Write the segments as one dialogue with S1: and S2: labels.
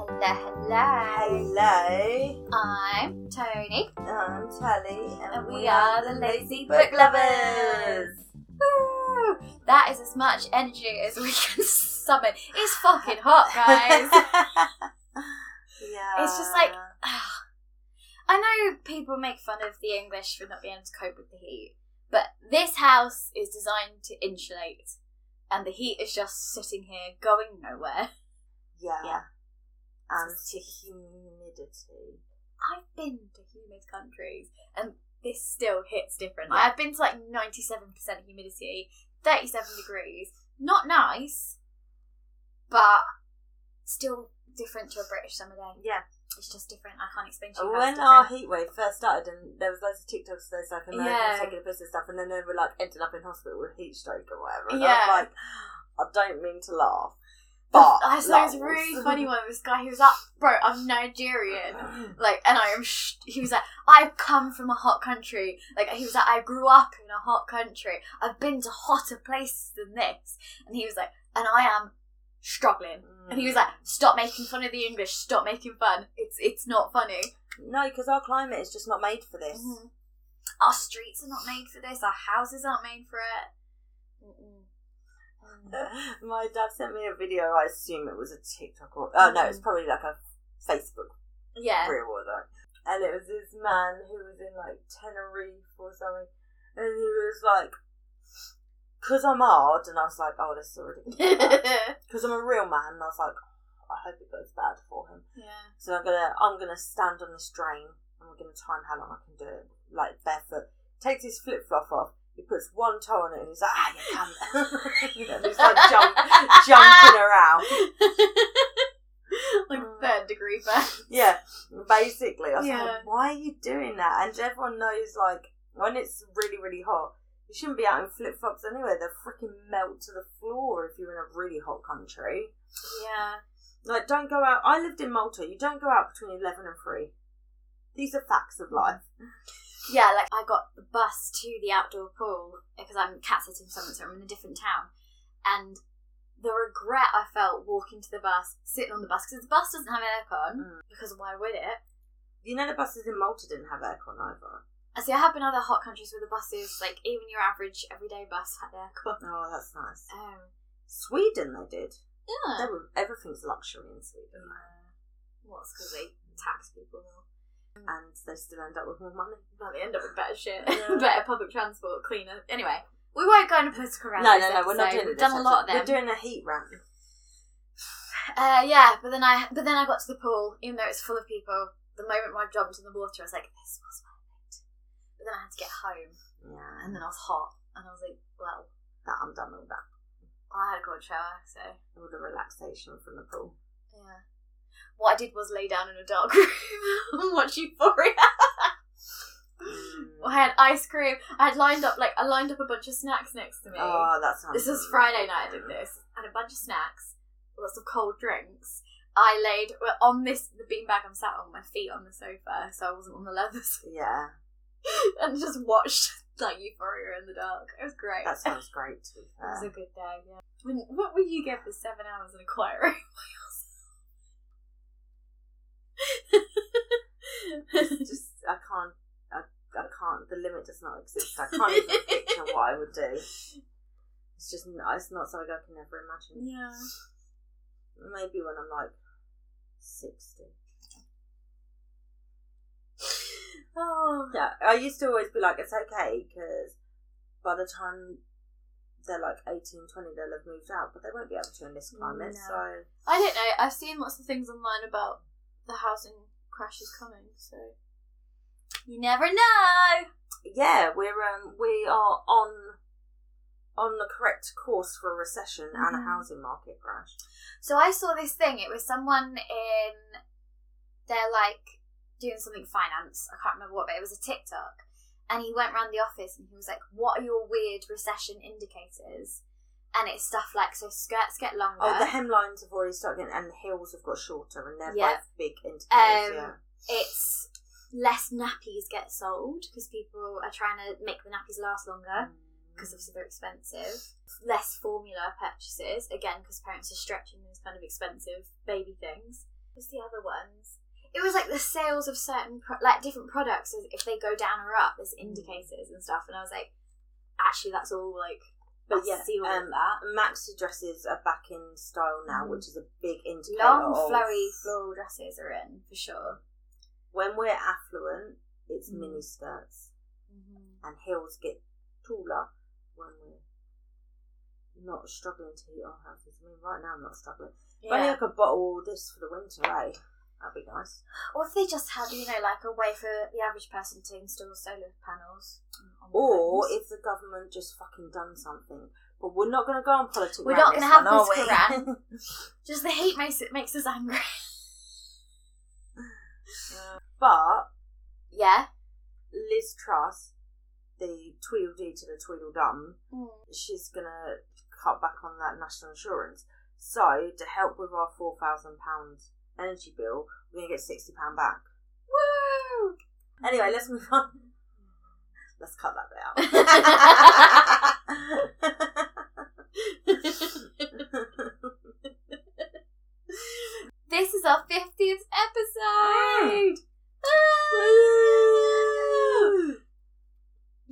S1: Hello, hello.
S2: Hello,
S1: I'm Tony,
S2: I'm Tally, and,
S1: and we are the Lazy Book Lovers. Woo! That is as much energy as we can summon. It's fucking hot, guys.
S2: yeah.
S1: It's just like- I know people make fun of the English for not being able to cope with the heat, but this house is designed to insulate, and the heat is just sitting here going nowhere.
S2: yeah.
S1: yeah.
S2: And to humidity.
S1: I've been to humid countries and this still hits different. Like, I've been to like 97% humidity, 37 degrees. Not nice, but still different to a British summer day.
S2: Yeah.
S1: It's just different. I can't explain to you. how
S2: When
S1: it's
S2: our
S1: different.
S2: heat wave first started, and there was loads of TikToks, there's like Americans
S1: Yeah.
S2: taking a piss and stuff, and then they were like ended up in hospital with heat stroke or whatever. And
S1: Yeah.
S2: I was like, I don't mean to laugh, but
S1: I saw this
S2: lols.
S1: really funny one. This guy, he was like, "Bro, I'm Nigerian."
S2: Mm.
S1: like and i'm sh- he was like i've come from a hot country like he was like i grew up in a hot country i've been to hotter places than this and he was like and i am struggling and he was like stop making fun of the english stop making fun it's it's not funny Mm-hmm.
S2: No, because our climate is just not made for this.
S1: our streets are not made for this our houses aren't made for it Mm-mm. Mm.
S2: My dad sent me a video. I assume it was a TikTok or oh no, it's
S1: Mhm.
S2: probably like a Facebook
S1: yeah
S2: reel or something. And it was this man who was in like Tenerife or something, and he was like, "Cause I'm hard," and I was like, "Oh, this is already because I'm a real man." And I was like, "I hope it goes bad for him."
S1: yeah
S2: So I'm gonna I'm gonna stand on this drain and we're gonna time how long I can do it, like barefoot. Takes his flip flop off, he puts one toe on it and he's like, Ah you cunt And he's like jump, jumping around.
S1: like
S2: Mm.
S1: third degree burn
S2: Yeah. Basically. I was
S1: Yeah.
S2: like, Why are you doing that? And everyone knows like when it's really, really hot, you shouldn't be out in flip flops anyway. They'll freaking melt to the floor if you're in a really hot country.
S1: yeah
S2: Like, don't go out. I lived in Malta. You don't go out between 11 and 3. These are facts of life.
S1: Yeah, like I got the bus to the outdoor pool because I'm cat sitting somewhere, so I'm in a different town. And the regret I felt walking to the bus, sitting on the bus, because the bus doesn't have aircon,
S2: Mm.
S1: because why would it?
S2: You know the buses in Malta didn't have aircon either.
S1: I see, I have been other hot countries where the buses, like even your average everyday bus, had aircon.
S2: Oh, that's nice.
S1: Um,
S2: Sweden they did. They
S1: yeah.
S2: were, everything's luxury in Sweden,
S1: What's because they tax people more.
S2: and they still end up with more money.
S1: Well, they end up with better shit,
S2: Yeah.
S1: better public transport, cleaner. Anyway, we won't go into political round.
S2: no,
S1: this
S2: no, no. We're not
S1: episode.
S2: doing
S1: We've
S2: it.
S1: done a lot of them.
S2: We're doing a heat rant.
S1: Uh, yeah, but then I but then I got to the pool, even though it's full of people. The moment I jumped in the water, I was like, "This was perfect." But then I had to get home,
S2: Yeah,
S1: and then I was hot, and I was like, "Well,
S2: that I'm done with that.
S1: I had a cold shower, so
S2: All the relaxation from the pool.
S1: yeah." What I did was lay down in a dark room and watch Euphoria. I had ice cream. I had lined up like I lined up a bunch of snacks next to me.
S2: Oh, that sounds.
S1: This is Friday night. I did this. I had a bunch of snacks, lots of cold drinks. I laid well, on this the beanbag I'm sat on, my feet on the sofa, so I wasn't on the leathers,
S2: Yeah,
S1: and just watched like Euphoria in the dark. It was great.
S2: that sounds great. To be
S1: it was a
S2: fair.
S1: good day. Yeah. When, what would you give for seven hours in a quiet room? by yourself?
S2: It's just I can't. I, I can't. The limit does not exist. I can't even picture what I would do. It's just. n- It's not something I can ever imagine.
S1: yeah.
S2: Maybe when I'm like sixty.
S1: Oh.
S2: Yeah, I used to always be like, it's okay because by the time they're like 18, 20, they'll have moved out, but they won't be able to in this climate.
S1: No.
S2: So
S1: I don't know. I've seen lots of things online about the housing crashes coming, so you never know.
S2: yeah, we're um we are on on the correct course for a recession and
S1: Mhm.
S2: a housing market crash.
S1: So I saw this thing. It was someone in they're like doing something finance. I can't remember what, but it was a TikTok, and he went round the office and he was like, "What are your weird recession indicators?" And it's stuff like so skirts get longer.
S2: Oh, the hemlines have already started getting, and the heels have got shorter, and they're
S1: Yeah.
S2: both big indicators.
S1: Um,
S2: yeah.
S1: it's less nappies get sold because people are trying to make the nappies last longer because obviously they're expensive. Less formula purchases, again, because parents are stretching those kind of expensive baby things. What's the other ones? It was like the sales of certain, pro- like different products, as if they go down or up,
S2: Mm.
S1: there's indicators and stuff. And I was like, actually, that's all like,
S2: But
S1: that's
S2: yeah,
S1: see all of
S2: um,
S1: that.
S2: Maxi dresses are back in style now,
S1: Mm.
S2: which is a big indicator.
S1: Long,
S2: of
S1: flowy floral dresses are in for sure.
S2: When we're affluent, it's
S1: Mm.
S2: mini skirts, and heels get taller when we're not struggling to heat our houses. I mean, right now I'm not struggling. If only I
S1: Yeah.
S2: could bottle all this for the winter, eh? That'd be nice.
S1: Or if they just had, you know, like a way for the average person to install solar panels. on their
S2: Or
S1: homes.
S2: if the government just fucking done something. But we're not going to go on politics.
S1: We're
S2: round
S1: not gonna
S2: this
S1: have
S2: one, are
S1: this
S2: we?
S1: Quran. just the heat makes it makes us angry.
S2: but
S1: Yeah.
S2: Liz Truss, the Tweedledee to the Tweedledum, she's going to cut back on that national insurance. So, to help with our £4,000 energy bill, we're going to get £60 back.
S1: Woo!
S2: Anyway, let's move on. Let's cut that bit out.
S1: This is our fiftieth
S2: Ah!
S1: episode.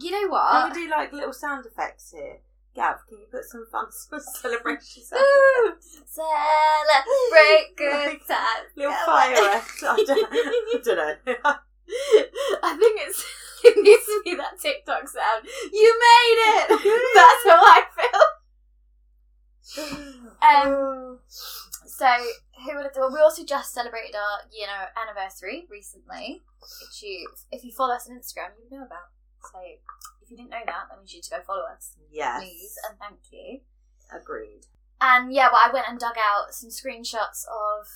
S1: You know
S2: Can
S1: what?
S2: we do like little sound effects here? Gav, can you put some fun some celebration sound
S1: Woo!
S2: effects?
S1: Celebrate good times.
S2: Little
S1: Go
S2: fireworks. I don't, I don't know.
S1: I think it's it needs to be that TikTok sound. You made it. That's how I feel.
S2: Oh.
S1: Um, So who would have well, we also just celebrated our you know anniversary recently. Which you, if you follow us on Instagram, you know about. So if you didn't know that, that means you need to go follow us,
S2: yes.
S1: please, and thank you.
S2: Agreed.
S1: And yeah, well, I went and dug out some screenshots of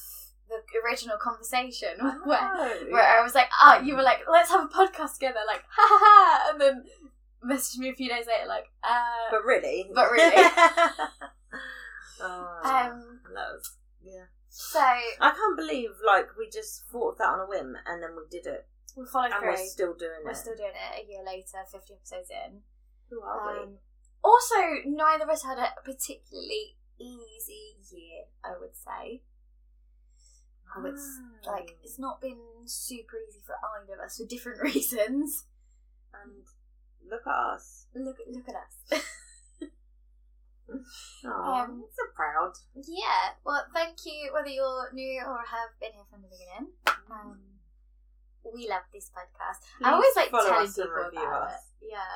S1: the original conversation where where I was like, ah, you were like, let's have a podcast together, like, ha ha ha, and then messaged me a few days later, like, uh,
S2: But really.
S1: But really.
S2: Oh,
S1: um,
S2: that was, yeah.
S1: so
S2: I can't believe like we just thought of that on a whim and then we did it
S1: we followed
S2: and
S1: through.
S2: we're still doing
S1: We're
S2: it.
S1: still doing it a year later, 50 episodes in.
S2: Who are we?
S1: Um, also, neither of us had a particularly easy year, I would say. Oh, it's
S2: Hmm.
S1: like,
S2: Mm.
S1: it's not been super easy for either of us for different reasons.
S2: and look at us.
S1: Look, look at us.
S2: Aw,
S1: Um,
S2: so proud.
S1: Yeah, well, thank you, whether you're new or have been here from the beginning. Um, we love this podcast. I
S2: Mm. Please
S1: always like
S2: follow
S1: telling
S2: us and
S1: people
S2: review
S1: about
S2: us.
S1: it. Yeah,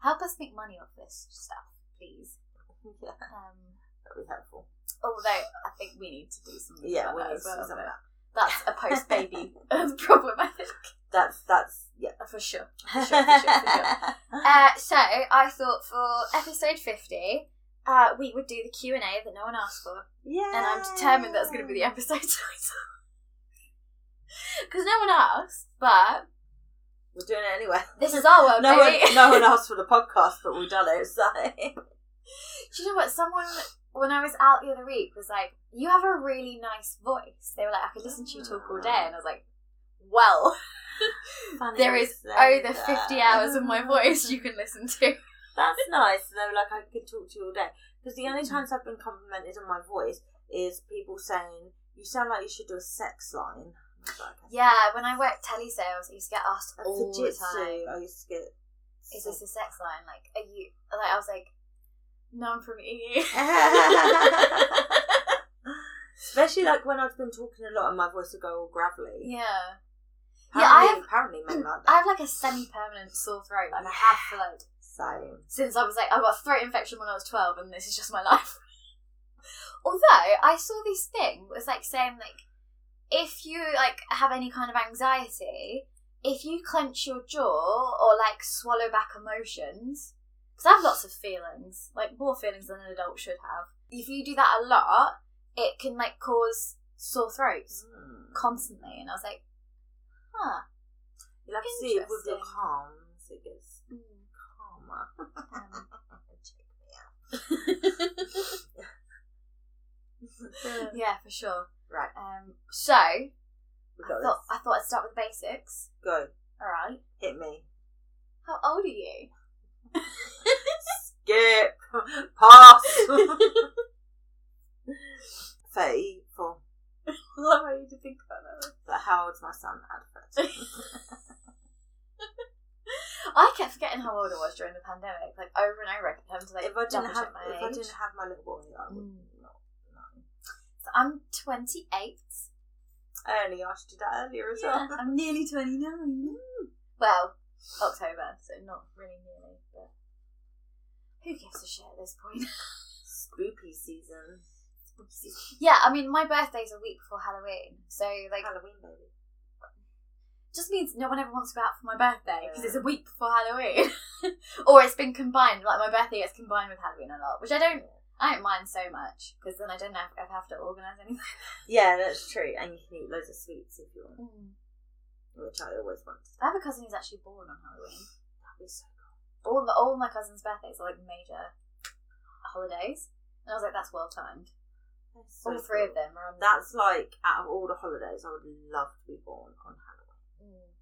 S1: help us make money off this stuff, please.
S2: Yeah,
S1: Um,
S2: that'd be helpful.
S1: although I think we need to do something.
S2: Yeah,
S1: about
S2: we
S1: that
S2: need
S1: as well,
S2: to do something.
S1: but That's a post baby problem, I think,
S2: That's that's yeah.
S1: for sure. sure, for sure, for Uh, so I thought for episode fifty. Uh, we would do the Q and A that no one asked for.
S2: yeah,
S1: and I'm determined that's going to be the episode title. Because no one asked, but
S2: We're doing it anyway.
S1: this is our world,
S2: no
S1: baby.
S2: one, no one asked for the podcast, but we've done it. So
S1: Do you know what? Someone when I was out the other week was like, "You have a really nice voice." They were like, "I could listen to you talk all day," and I was like, "Well,
S2: Funny
S1: there
S2: you
S1: is
S2: say
S1: over
S2: that.
S1: fifty hours of my voice you can listen to."
S2: That's nice though. Like I could talk to you all day because the only times I've been complimented on my voice is people saying you sound like you should do a sex line. I was like,
S1: Yeah, when I worked telesales, I used to get asked
S2: At
S1: all the
S2: Fujitsu,
S1: time.
S2: I used to get.
S1: Is this a sex line? Like, are you? Like, I was like, "None from E." EU."
S2: Especially like when I've been talking a lot and my voice would go all gravelly.
S1: yeah. Yeah,
S2: Apparently,
S1: I have-
S2: apparently men
S1: I
S2: like that.
S1: have like a semi-permanent sore throat, like I have for like
S2: Same.
S1: since I was like I got a throat infection when I was twelve, and this is just my life. Although I saw this thing it was like saying like if you like have any kind of anxiety, if you clench your jaw or like swallow back emotions, because I have lots of feelings, like more feelings than an adult should have. If you do that a lot, it can like cause sore throats
S2: Hmm.
S1: constantly, and I was like, huh.
S2: You'll have to see if with your
S1: Interesting.
S2: calms it gets
S1: mm,
S2: calmer.
S1: um, yeah, for sure.
S2: Right.
S1: Um, so
S2: We
S1: I
S2: got
S1: thought,
S2: this.
S1: I thought I'd start with the basics.
S2: Go.
S1: All right.
S2: Hit me.
S1: How old are you?
S2: Skip. Pass. 34.
S1: Love how you think about that.
S2: But how old's my son? Add 30.
S1: I kept forgetting how old I was during the pandemic, like over and over. I kept having to like
S2: if I
S1: double
S2: didn't have
S1: check my
S2: if I
S1: age.
S2: didn't have my little boy, I would
S1: Mm.
S2: not. No.
S1: So I'm 28.
S2: I only asked you that earlier as
S1: Yeah,
S2: well.
S1: I'm nearly 29. Well, October, so not really nearly, but who gives a shit at this point?
S2: Spooky season.
S1: yeah, I mean, my birthday's a week before Halloween, so like,
S2: Halloween baby.
S1: just means no one ever wants to go out for my birthday because it's a week before Halloween, or it's been combined. Like my birthday gets combined with Halloween a lot, which I don't, I don't mind so much because then I don't have, I have to organise anything.
S2: Yeah, that's true. And you can eat loads of sweets if you want, which I always want.
S1: I have a cousin who's actually born on Halloween.
S2: That'd be so cool.
S1: All the, all my cousins' birthdays are like major holidays, and I was like, that's well timed.
S2: That's so
S1: all three of
S2: cool.
S1: them are on
S2: That's like out of all the holidays, I would love to be born on Halloween,
S1: Mm.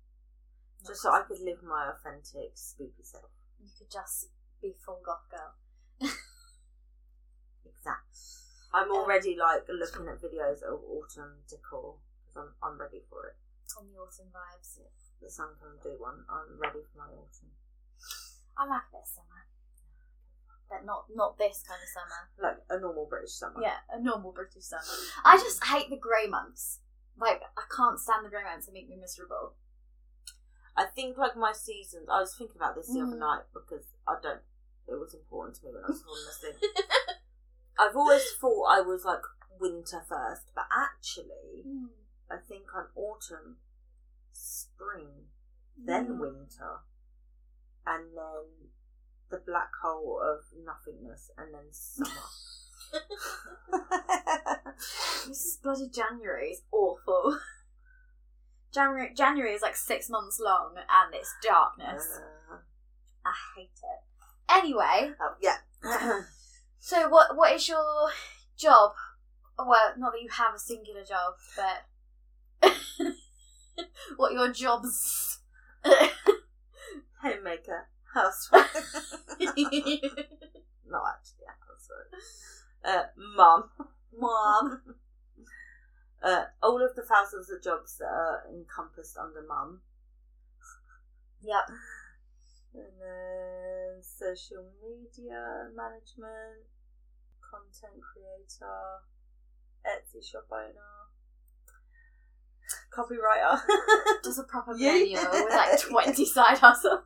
S2: just so I could live my authentic spooky self.
S1: you could just be full goth girl.
S2: Exactly. I'm
S1: Um,
S2: already like looking at videos of autumn decor because I'm I'm ready for it.
S1: on the autumn vibes.
S2: The sun can do one. I'm ready for my autumn.
S1: I like a bit of summer, but not not this kind of summer.
S2: like a normal British summer.
S1: Yeah, a normal British summer. I just hate the grey months. Like I can't stand the grey months. They make me miserable.
S2: I think like my seasons. I was thinking about this the other
S1: Mhm.
S2: night because I don't. It was important to me when I was filming this thing. I've always thought I was like winter first, but actually, I think I'm autumn, spring, then
S1: Mm.
S2: winter, and then the black hole of nothingness, and then summer.
S1: This is bloody January. It's awful. January January is like six months long and it's darkness.
S2: Uh,
S1: I hate it. Anyway,
S2: oh, yeah.
S1: so what what is your job? Well, not that you have a singular job, but what your jobs?
S2: homemaker, housewife. Not actually a housewife. Uh, mum.
S1: Mom.
S2: Uh, all of the thousands of jobs that are encompassed under mum.
S1: Yep.
S2: And then social media management, content creator, Etsy shop owner, copywriter.
S1: Just a proper
S2: Yeah.
S1: menu with like twenty side hustle.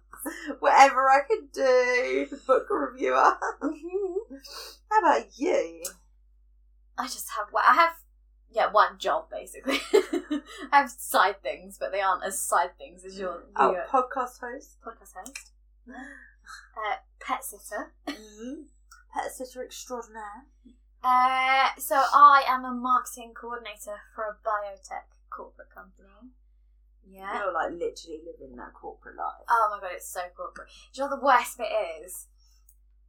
S2: Whatever I could do. Book reviewer. How about you?
S1: I just have well, I have yeah one job basically. I have side things, but they aren't as side things as your,
S2: Oh,
S1: your
S2: podcast host.
S1: podcast host, uh, pet sitter.
S2: Mm. Pet sitter extraordinaire.
S1: Uh, so I am a marketing coordinator for a biotech corporate company. Yeah.
S2: You're like literally living that corporate life.
S1: Oh my god, it's so corporate. Do you know what the worst bit is?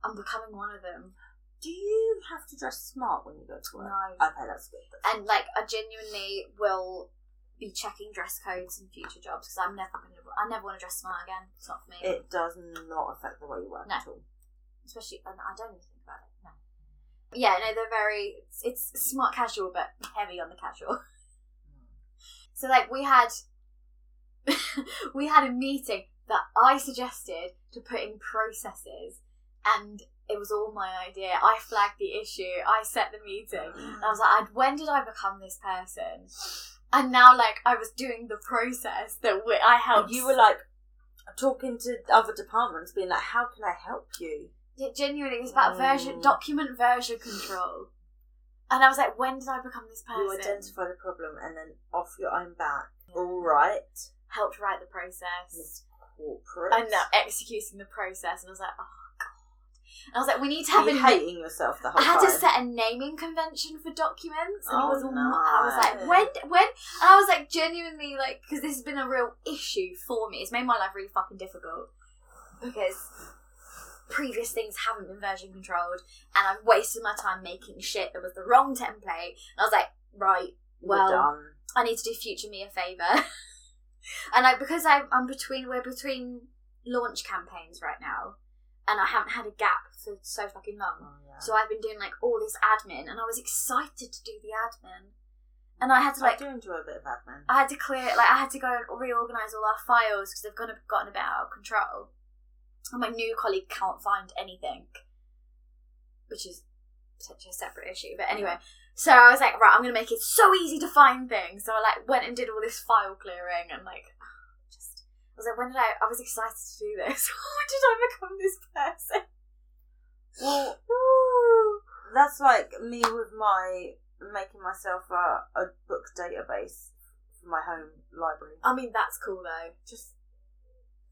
S1: I'm becoming one of them.
S2: Do you have to dress smart when you go to work?
S1: No.
S2: Okay, that's good. That's
S1: and like I genuinely will be checking dress codes in future jobs because I'm never gonna I never want to dress smart again. It's not for me.
S2: it does not affect the way you work
S1: No.
S2: at all.
S1: Especially and I don't even think about it. No. But yeah, no, they're very it's, it's smart casual but heavy on the casual. So like we had we had a meeting that I suggested to put in processes and it was all my idea. I flagged the issue. I set the meeting. And I was like, I'd- when did I become this person? And now, like, I was doing the process that we, I helped.
S2: And you were like talking to other departments, being like, "How can I help you?"
S1: Yeah, genuinely, it's about version,
S2: Mm.
S1: document version control. And I was like, when did I become this
S2: You
S1: person?
S2: identify the problem and then off your own back. All right,
S1: Helped write the process.
S2: Miss Corporate.
S1: And now executing the process. And I was like, oh, God. And I was like, we need to
S2: Are
S1: have
S2: you
S1: a.
S2: hating yourself the whole
S1: I had
S2: time?
S1: to set a naming convention for documents, and
S2: Oh,
S1: it was all.
S2: no.
S1: I was like, when, when, and I was like, genuinely, like, because this has been a real issue for me. It's made my life really fucking difficult because previous things haven't been version controlled, and I've wasted my time making shit that was the wrong template. And I was like, right,
S2: You're
S1: well,
S2: done.
S1: I need to do future me a favor. and like because I, I'm between we're between launch campaigns right now, and I haven't had a gap for so fucking long.
S2: Oh, yeah.
S1: So I've been doing like all this admin, and I was excited to do the admin, and I had to like
S2: I do enjoy a bit of admin.
S1: I had to clear, like, I had to go and reorganise all our files because they've gone, gotten a bit out of control. And my new colleague can't find anything, which is potentially a separate issue. But anyway, so I was like, right, I'm going to make it so easy to find things. So I, like, went and did all this file clearing and, like, just, I was like, when did I, I was excited to do this. when did I become this person?
S2: Well, that's like me with my making myself a, a book database for my home library.
S1: I mean, that's cool though.
S2: just,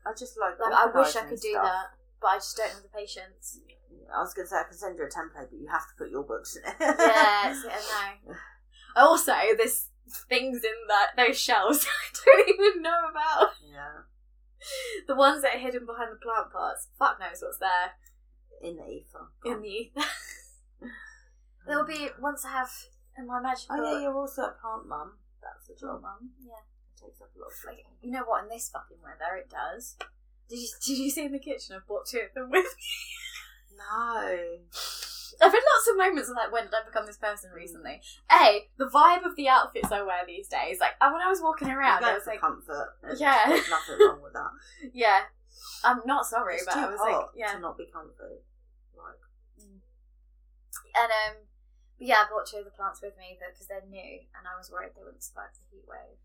S2: I just like.
S1: Like, I wish I
S2: organising
S1: could do
S2: stuff.
S1: that, but I just don't have the patience.
S2: I was gonna say I can send you a template, but you have to put your books in it.
S1: yeah, it's- I know. Also, there's things in that those shelves I don't even know about.
S2: yeah.
S1: The ones that are hidden behind the plant pots. Fuck knows what's there
S2: In the ether.
S1: in the ether. There'll be once I have in my magical.
S2: Oh yeah, you're also a plant mum. That's a
S1: Oh,
S2: job.
S1: Mum, yeah.
S2: It takes up a lot of
S1: Like, you know what? In this fucking weather, it does. Did you Did you see in the kitchen? I bought two of them with.
S2: No.
S1: I've had lots of moments of like, when did I become this person recently? A, the vibe of the outfits I wear these days. Like, and when I was walking
S2: Yeah,
S1: around, I was
S2: going for
S1: like,
S2: comfort. and
S1: Yeah.
S2: There's nothing wrong with that.
S1: Yeah. I'm not sorry,
S2: it's
S1: but I
S2: too
S1: was
S2: hot
S1: like, yeah.
S2: to not be comfy. Like,
S1: And um, but yeah, I brought two of the plants with me because they're new, and I was worried they wouldn't survive the heat wave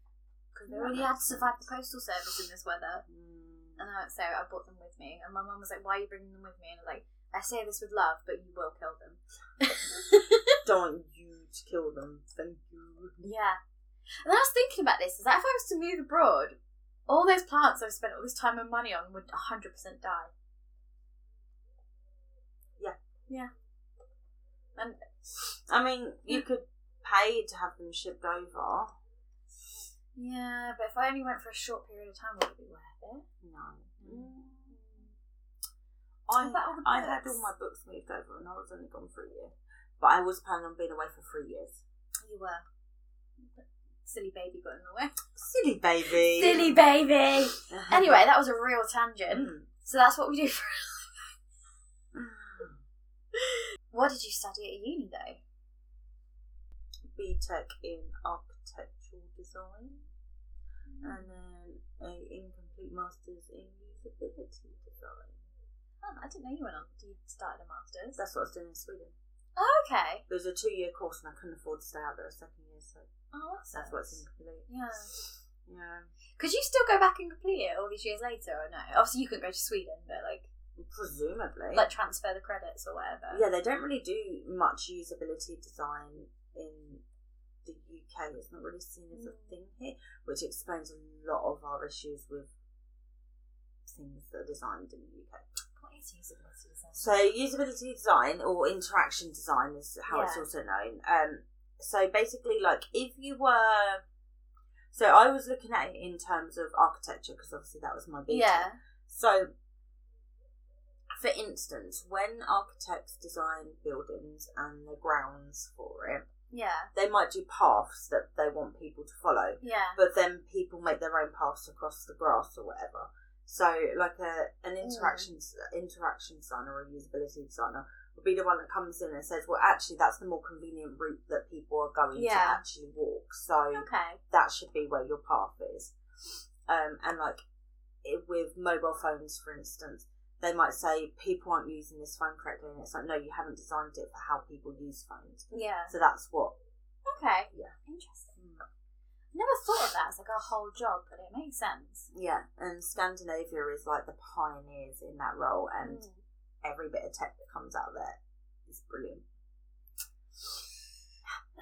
S1: because they
S2: That
S1: already had to
S2: makes
S1: survive the postal service in this weather.
S2: mm,
S1: And I, so I brought them with me, and my mum was like, "Why are you bringing them with me?" And I was like, "I say this with love, but you will kill them."
S2: don't want you to kill them. Thank you.
S1: Yeah. And then I was thinking about this: is that if I was to move abroad, all those plants I've spent all this time and money on would hundred percent die.
S2: Yeah.
S1: Yeah. And
S2: I mean, you could pay to have them shipped over.
S1: Yeah, but if I only went for a short period of time, would it be worth it?
S2: No.
S1: Mm.
S2: I,
S1: What about all the
S2: I had
S1: books?
S2: all my books moved over and I was only gone for a year. But I was planning on being away for three years.
S1: You were. Silly baby got in the way.
S2: Silly baby. Uh-huh.
S1: Silly baby! Anyway, that was a real tangent.
S2: Mm.
S1: So that's what we do for. What did you study at uni though?
S2: BTEC in architectural design and then a incomplete master's in usability design.
S1: Oh, I didn't know you went on. You started a master's.
S2: That's what I was doing in Sweden.
S1: Oh, okay.
S2: It was a two year course and I couldn't afford to stay out there a second year, so
S1: Oh, that's
S2: that's what's incomplete.
S1: Yeah.
S2: Yeah.
S1: Could you still go back and complete it all these years later, or no? Obviously, you couldn't go to Sweden, but like,
S2: Presumably.
S1: like transfer the credits or whatever.
S2: Yeah, they don't really do much usability design in the UK. It's not really seen as a
S1: Mm.
S2: thing here, which explains a lot of our issues with things that are designed in the UK.
S1: What is usability design?
S2: So, usability design or interaction design is how it's
S1: Yeah.
S2: also known. Um, so, basically, like if you were. So, I was looking at it in terms of architecture because obviously that was my big
S1: yeah.
S2: so, for instance, when architects design buildings and the grounds for it,
S1: Yeah.
S2: they might do paths that they want people to follow,
S1: Yeah.
S2: but then people make their own paths across the grass or whatever. So, like a
S1: Hmm.
S2: an interaction interaction designer or a usability designer would be the one that comes in and says, "Well, actually, that's the more convenient route that people are going to
S1: Yeah.
S2: actually walk." So,
S1: Okay.
S2: that should be where your path is. Um, and like it, with mobile phones, for instance, they might say people aren't using this phone correctly, and it's like no, you haven't designed it for how people use phones.
S1: Yeah.
S2: So that's what.
S1: Okay.
S2: Yeah.
S1: Interesting. Never thought of that as like a whole job, but it makes sense.
S2: Yeah, and Scandinavia is like the pioneers in that role, and
S1: Mm.
S2: every bit of tech that comes out of there is brilliant.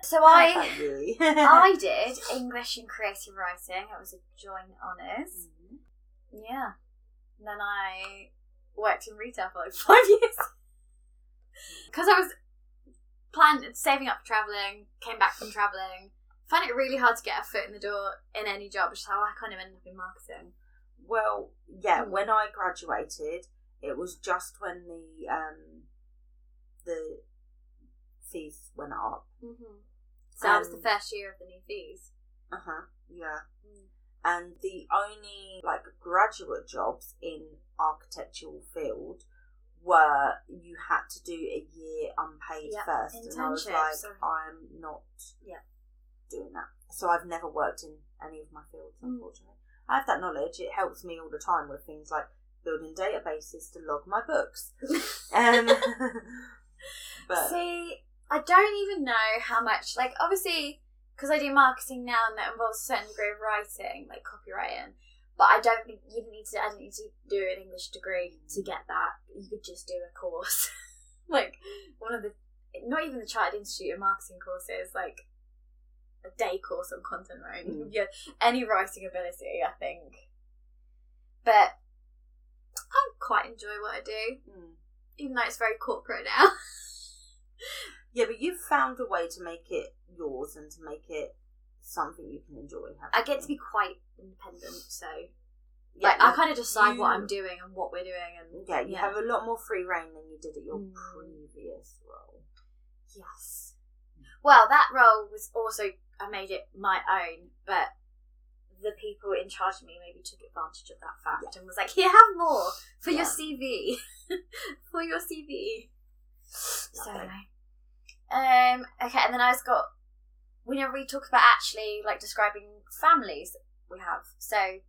S1: So
S2: How
S1: I
S2: about you?
S1: I did English and creative writing. It was a joint honours.
S2: Mhm.
S1: Yeah. And then I worked in retail for like five years because I was planning saving up for traveling. Came back from traveling. Found it really hard to get a foot in the door in any job, so I kind of ended up in marketing.
S2: Well, yeah,
S1: Mm.
S2: when I graduated, it was just when the um the fees went up.
S1: Mm-hmm. So that was
S2: Um,
S1: the first year of the new fees.
S2: Uh huh. Yeah.
S1: Mm.
S2: And the only like graduate jobs in architectural field were you had to do a year unpaid
S1: Yeah,
S2: first, and I was
S1: internships
S2: like,
S1: or-
S2: I'm not.
S1: Yeah.
S2: Doing that, so I've never worked in any of my fields.
S1: Mm.
S2: Unfortunately, I have that knowledge. It helps me all the time with things like building databases to log my books. Um, but
S1: See, I don't even know how much, like, obviously, because I do marketing now and that involves a certain degree of writing, like copywriting, but I don't think you need to, I don't need to do an English degree to get that. You could just do a course. like, one of the, not even the Chartered Institute of Marketing courses, like, a day course on content writing.
S2: Mm.
S1: Yeah, any writing ability, I think. But I quite enjoy what I do,
S2: Mm.
S1: even though it's very corporate now.
S2: Yeah, but you've found a way to make it yours and to make it something you can enjoy. haven't
S1: I get
S2: you?
S1: to be quite independent, so
S2: yeah,
S1: like I kind of decide what
S2: you-
S1: I'm doing and what we're doing, and
S2: yeah, you
S1: yeah.
S2: have a lot more free reign than you did at your
S1: Mm.
S2: previous role.
S1: yes. Well, that role was also I made it my own, but the people in charge of me maybe took advantage of that fact and was like, "Here, have more for
S2: Yeah.
S1: your CV, for your CV." So
S2: Lovely.
S1: anyway, um, okay, and then I just got whenever we talk about actually like describing families we have. So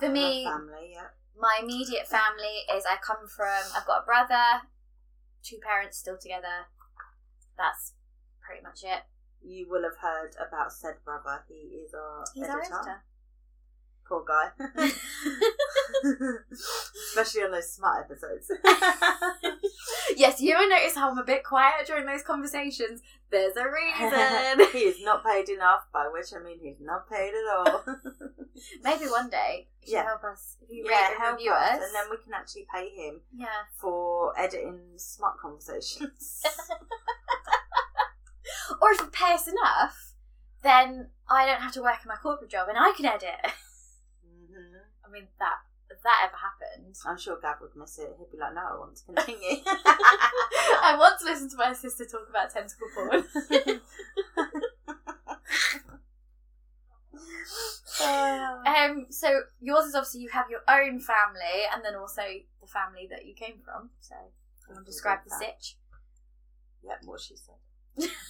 S1: for
S2: My
S1: me,
S2: family, yeah,
S1: my immediate family is I come from I've got a brother, two parents still together. That's pretty much it.
S2: you will have heard about said brother. He is our
S1: He's
S2: editor.
S1: our editor.
S2: Poor guy, especially on those smart episodes.
S1: yes, you will notice how I'm a bit quiet during those conversations. There's a reason.
S2: he is not paid enough, by which I mean he's not paid at all.
S1: Maybe one day if you
S2: Yeah.
S1: help us if you
S2: yeah,
S1: rate and
S2: help
S1: review
S2: us,
S1: us.
S2: and then we can actually pay him
S1: yeah.
S2: for editing smart conversations.
S1: Or if you pay us enough, then I don't have to work in my corporate job and I can edit.
S2: hmm
S1: I mean that if that ever happened.
S2: I'm sure Gav would miss it. He'd be like, "No, I want to continue."
S1: I want to listen to my sister talk about tentacle porn.
S2: Uh,
S1: Um, so yours is obviously you have your own family, and then also the family that you came from. So you want to describe the sitch.
S2: Yeah, what she said.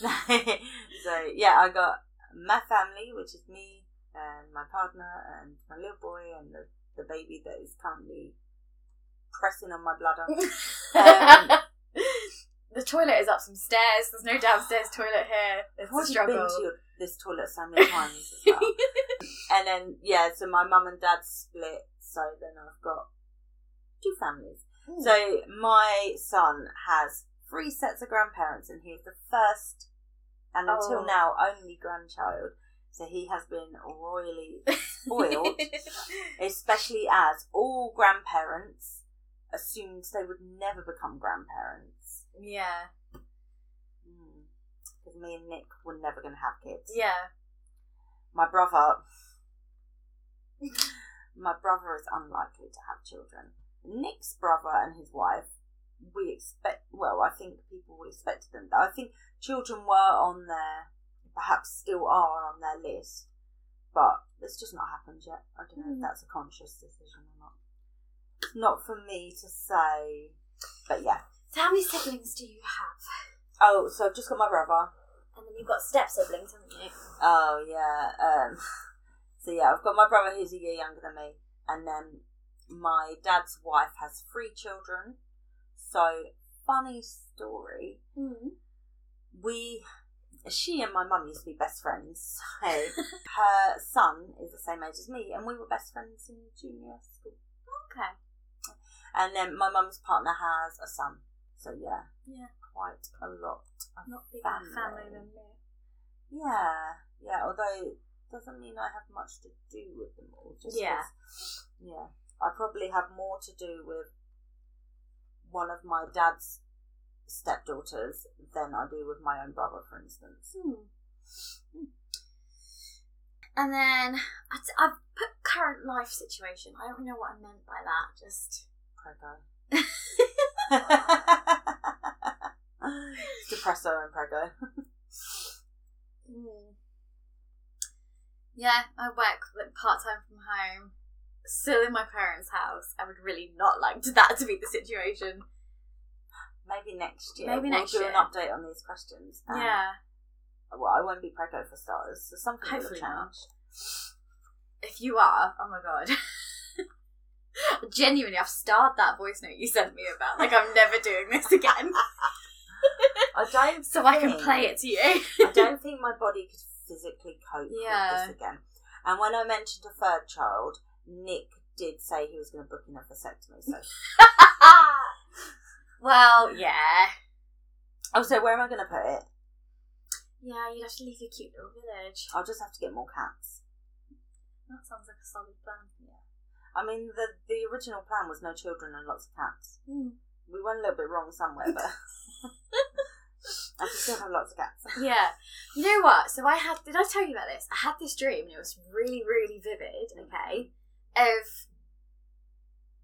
S2: so yeah, I got my family, which is me and my partner and my little boy and the, the baby that is currently pressing on my bladder. Um,
S1: the toilet is up some stairs. There's no downstairs toilet here. It's a
S2: What have you been
S1: struggle.
S2: to your, this toilet so many times as well? and then yeah, so my mum and dad split, so then I've got two families.
S1: Hmm.
S2: So my son has three sets of grandparents, and he is the first, and
S1: Oh.
S2: until now only grandchild. So he has been royally spoiled, especially as all grandparents assumed they would never become grandparents.
S1: yeah,
S2: Because me and Nick were never going to have kids.
S1: yeah.
S2: my brother my brother is unlikely to have children nick's brother and his wife we expect well i think people expected them i think children were on their perhaps still are on their list but it's just not happened yet i don't know
S1: Hmm.
S2: if that's a conscious decision or not it's not for me to say but yeah
S1: So how many siblings do you have?
S2: oh so i've just got my brother
S1: And then you've got step siblings, haven't you?
S2: Oh yeah. Um, so yeah, I've got my brother who's a year younger than me, and then my dad's wife has three children. So funny story.
S1: Mm.
S2: We, she and my mum used to be best friends. So her son is the same age as me, and we were best friends in junior school.
S1: Okay.
S2: And then my mum's partner has a son. So yeah,
S1: Yeah.
S2: quite a lot. of
S1: Not big
S2: Family.
S1: family than me.
S2: Yeah, yeah. Although it doesn't mean I have much to do with them all. Just 'cause-
S1: Yeah.
S2: yeah. I probably have more to do with one of my dad's stepdaughters than I do with my own brother, for instance.
S1: Hmm. And then I t- I've put current life situation. I don't know what I meant by that. Just
S2: Prego. Depresso and Prego.
S1: Hmm. Yeah, I work like part time from home, still in my parents' house. I would really not like to, that to be the situation.
S2: Maybe next year.
S1: Maybe
S2: we'll
S1: next
S2: do
S1: year.
S2: an update on these questions. and-
S1: yeah,
S2: Well, I won't be pregnant for starters, so something will
S1: Hopefully
S2: change.
S1: not. if you are, oh my god. Genuinely, I've starred that voice note you sent me about. Like, I'm never doing this again.
S2: I don't.
S1: So I can
S2: think-
S1: play it to you.
S2: I don't think my body could physically cope
S1: Yeah.
S2: with this again. And when I mentioned a third child, Nick did say he was going to book in a vasectomy. So
S1: Ah! well, yeah.
S2: oh, so where am I going to put it?
S1: Yeah, you'd have to leave your cute little village.
S2: I'll just have to get more cats.
S1: That sounds like a solid plan. Yeah.
S2: I mean, the the original plan was no children and lots of cats.
S1: Hmm.
S2: We went a little bit wrong somewhere, but I can still have lots of cats.
S1: Yeah. You know what? So I had, did I tell you about this? I had this dream and it was really, really vivid, okay? Of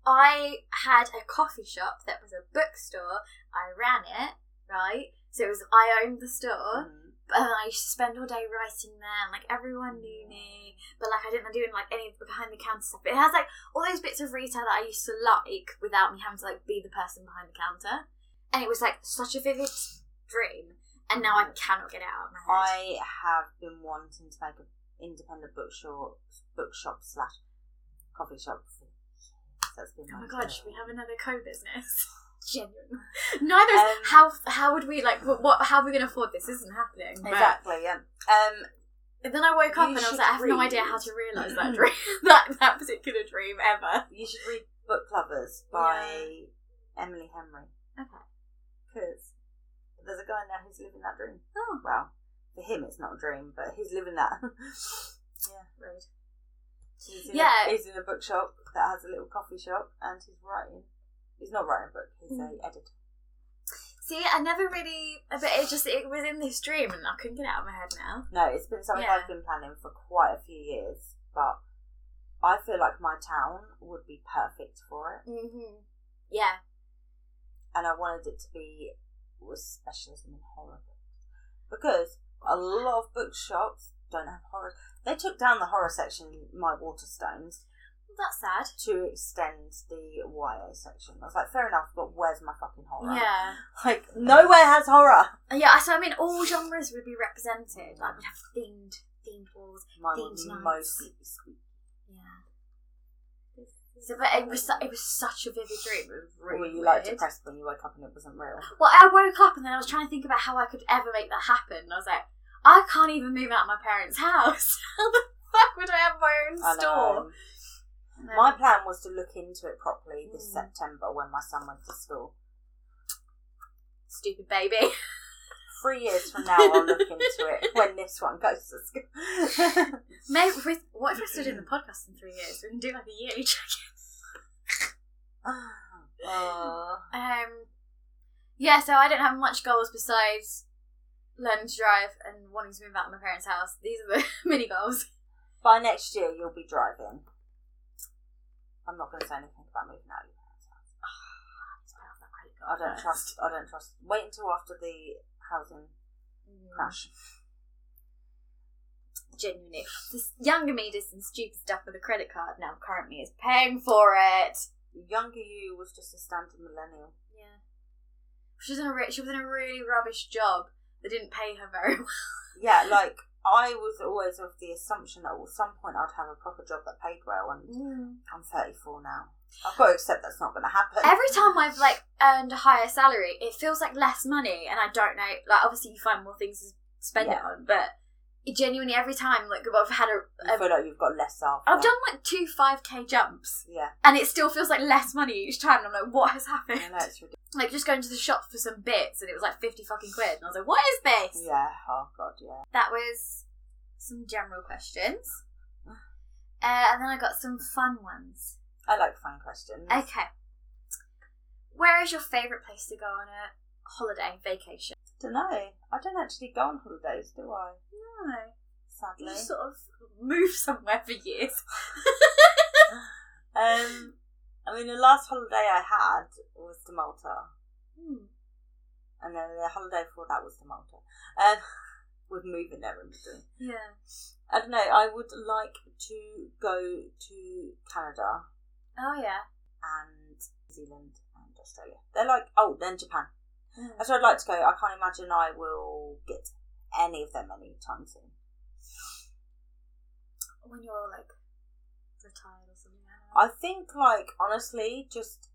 S1: I had a coffee shop that was a bookstore. I ran it, right? So it was, I owned the store.
S2: Mm.
S1: and uh, I used to spend all day writing there, and like everyone knew me, but like I didn't do like any of the behind the counter stuff. But it has like all those bits of retail that I used to like without me having to like be the person behind the counter, and it was like such a vivid dream, and now I cannot get it out of my head.
S2: I have been wanting to make an independent bookshop, bookshop slash coffee shop. for years. That's been
S1: oh my
S2: dream.
S1: god, should we have another co-business? Genuine. Neither. is
S2: Um,
S1: how how would we like what, what how are we gonna afford this? This isn't happening. But-
S2: Exactly. Yeah. Um,
S1: And then I woke up
S2: You
S1: and I was
S2: should
S1: like, I have no
S2: read.
S1: idea how to realise that dream that that particular dream ever.
S2: you should read Book Lovers by Emily Henry
S1: Okay.
S2: because there's a guy now who's living that dream.
S1: Oh.
S2: Well, for him it's not a dream, but he's living that.
S1: Rude.
S2: he's in
S1: Yeah.
S2: A, he's in a bookshop that has a little coffee shop, and he's writing. He's not writing a book. He's
S1: Mm.
S2: a editor.
S1: See, I never really, but it just it was in this dream, and I couldn't get it out of my head now.
S2: No, it's been something
S1: Yeah.
S2: I've been planning for quite a few years, but I feel like my town would be perfect for it.
S1: Mm-hmm. Yeah,
S2: and I wanted it to be with specialism in horror books because a lot of bookshops don't have horror. They took down the horror section, in my Waterstones,
S1: that's sad.
S2: to extend the YA section. I was like, fair enough, but where's my fucking horror?
S1: Yeah,
S2: like nowhere has horror.
S1: yeah. So I mean, all genres would be represented. Like we'd have themed themed walls.
S2: Mine
S1: Themed
S2: was
S1: nights.
S2: mostly
S1: Yeah. So, but it was su- it was such a vivid dream. It was
S2: Were
S1: really
S2: you like
S1: weird.
S2: depressed when you woke up and it wasn't real?
S1: Well, I woke up and then I was trying to think about how I could ever make that happen. And I was like, I can't even move out of my parents' house. how the fuck would I have my own
S2: I
S1: store?
S2: know.
S1: And then-
S2: um, My plan was to look into it properly this
S1: Mm.
S2: September when my son went to school.
S1: stupid baby.
S2: Three years from now, I'll look into it when this one goes to school.
S1: Maybe if we, what if we stood in the podcast in three years? We can do like a yearly check.
S2: Oh,
S1: Um, yeah. So I don't have much goals besides learning to drive and wanting to move out of my parents' house. These are the mini goals.
S2: by next year, you'll be driving. I'm not going to say anything about moving out. of your parents' house. I don't trust. I don't trust. Wait until after the housing crash.
S1: Genuinely, this younger me did some stupid stuff with a credit card. Now currently is paying for it.
S2: The younger you was just a standard millennial.
S1: Yeah. She was in a re- she was in a really rubbish job that didn't pay her very well.
S2: Yeah, like I was always of the assumption that at some point I'd have a proper job that paid well, and I'm 34 now. I've got to accept that's not going to happen.
S1: Every time I've like earned a higher salary, it feels like less money, and I don't know. Like obviously, you find more things to spend it
S2: Yeah.
S1: on, but it genuinely, every time like I've had a,
S2: you
S1: a
S2: feel like you've got less after.
S1: I've done like two five k jumps,
S2: Yeah,
S1: and it still feels like less money each time. And I'm like, what has
S2: I
S1: happened?
S2: know it's ridiculous.
S1: Like just going to the shop for some bits, and it was like fifty fucking quid, and I was like, what is this?
S2: Yeah, oh god, yeah.
S1: That was some general questions, uh, and then I got some fun ones.
S2: I like fun questions.
S1: Okay. Where is your favourite place to go on a holiday, vacation?
S2: don't know. I don't actually go on holidays, do I?
S1: No.
S2: Sadly.
S1: You sort of move somewhere for years.
S2: um, I mean, the last holiday I had was to Hmm. Malta, and then the holiday before that was to Malta. Um, with moving there in between.
S1: Yeah.
S2: I don't know. I would like to go to Canada
S1: Oh yeah.
S2: and New Zealand and Australia. They're like oh, then Japan.
S1: Mm.
S2: That's where I'd like to go. I can't imagine I will get any of them anytime soon.
S1: When you're like retired or something. I
S2: I think, like, honestly, just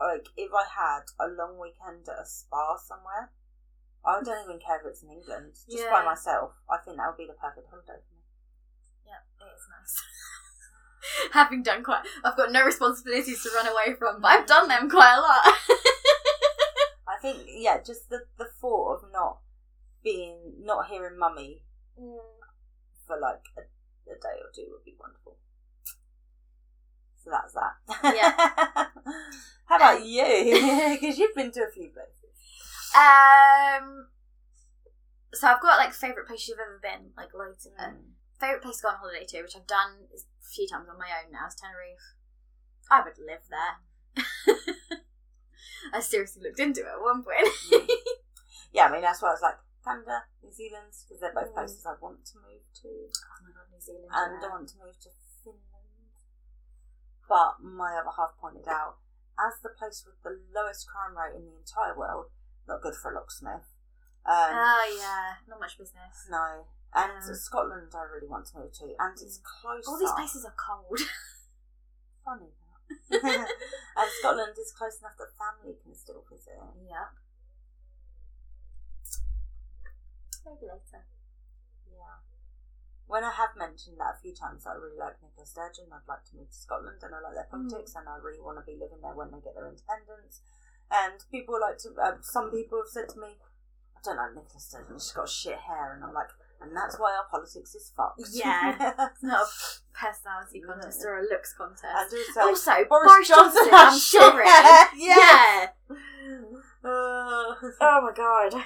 S2: like if I had a long weekend at a spa somewhere, I don't even care if it's in England, just by
S1: Yeah.
S2: myself. I think that would be the perfect holiday for me.
S1: Yeah, it is nice. Having done quite, I've got no responsibilities to run away from, but I've done them quite a lot.
S2: I think, yeah, just the, the thought of not being, not hearing mummy
S1: Mm.
S2: for like a, a day or two would be wonderful. So that's that. Yeah. How about you? Because you've been to a few places.
S1: Um, so I've got like favorite places you've ever been, like loads of them. Favorite place to go on holiday to, which I've done a few times on my own now, is Tenerife. I would live there. I seriously looked into it at one point.
S2: Mm. yeah, I mean, that's why I was like, Canada, New Zealand, because they're both
S1: Mm.
S2: places I want to move to.
S1: Oh my god, New Zealand.
S2: and I want to move to Finland. But my other half pointed out, as the place with the lowest crime rate in the entire world, not good for a locksmith. Um,
S1: Oh yeah, not much business.
S2: no. And
S1: Yeah.
S2: Scotland, I really want to move to, and it's close.
S1: uh. Mm. All these places are cold.
S2: funny. that. and Scotland is close enough that family can still visit.
S1: yep. Maybe later.
S2: Yeah. When I have mentioned that a few times, that I really like Nicola Sturgeon, I'd like to move to Scotland, and I like their
S1: Hmm.
S2: politics, and I really want to be living there when they get their independence. And people like to, uh, some people have said to me, I don't like Nicola Sturgeon, she's got shit hair, and I'm like, and that's why our politics is fucked.
S1: Yeah. It's not a personality
S2: No.
S1: contest or a looks contest.
S2: and also,
S1: also,
S2: Boris, Johnson,
S1: I'm
S2: has shit
S1: sorry.
S2: hair.
S1: yeah.
S2: Uh,
S1: Oh my god.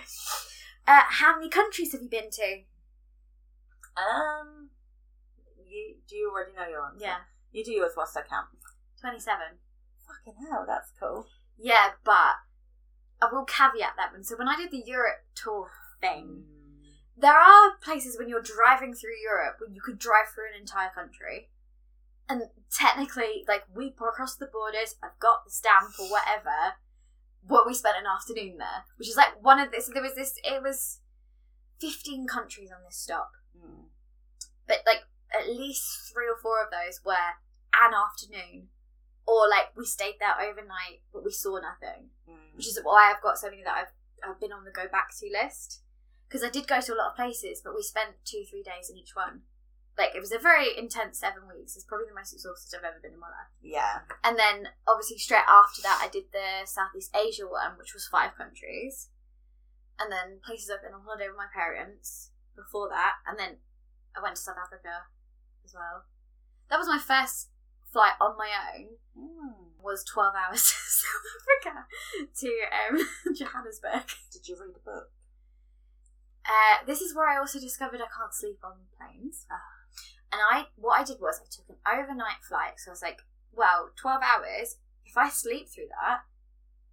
S1: Uh, how many countries have you been to?
S2: um, you, do you already know your answer?
S1: Yeah,
S2: You do yours whilst I count.
S1: 27.
S2: Fucking hell, that's cool.
S1: Yeah, but I will caveat that one. So when I did the Europe tour thing, there are places when you're driving through Europe when you could drive through an entire country. And technically, like, we put across the borders, I've got the stamp or whatever, what we spent an afternoon there, which is like one of this. There was this, it was 15 countries on this stop.
S2: Mm.
S1: but like at least three or four of those were an afternoon or like we stayed there overnight but we saw nothing
S2: Mm.
S1: which is why i've got so many that i've, I've been on the go back to list because i did go to a lot of places but we spent two three days in each one like it was a very intense seven weeks it's probably the most exhausted i've ever been in my life
S2: Yeah.
S1: and then obviously straight after that i did the southeast asia one which was five countries and then places i've been on holiday with my parents before that and then i went to south africa as well that was my first flight on my own
S2: Mm,
S1: was 12 hours to south africa to um, johannesburg
S2: Did you read the book?
S1: uh, this is where I also discovered I can't sleep on planes.
S2: Ah.
S1: And I, what I did was I took an overnight flight. So I was like, well, 12 hours. If I sleep through that,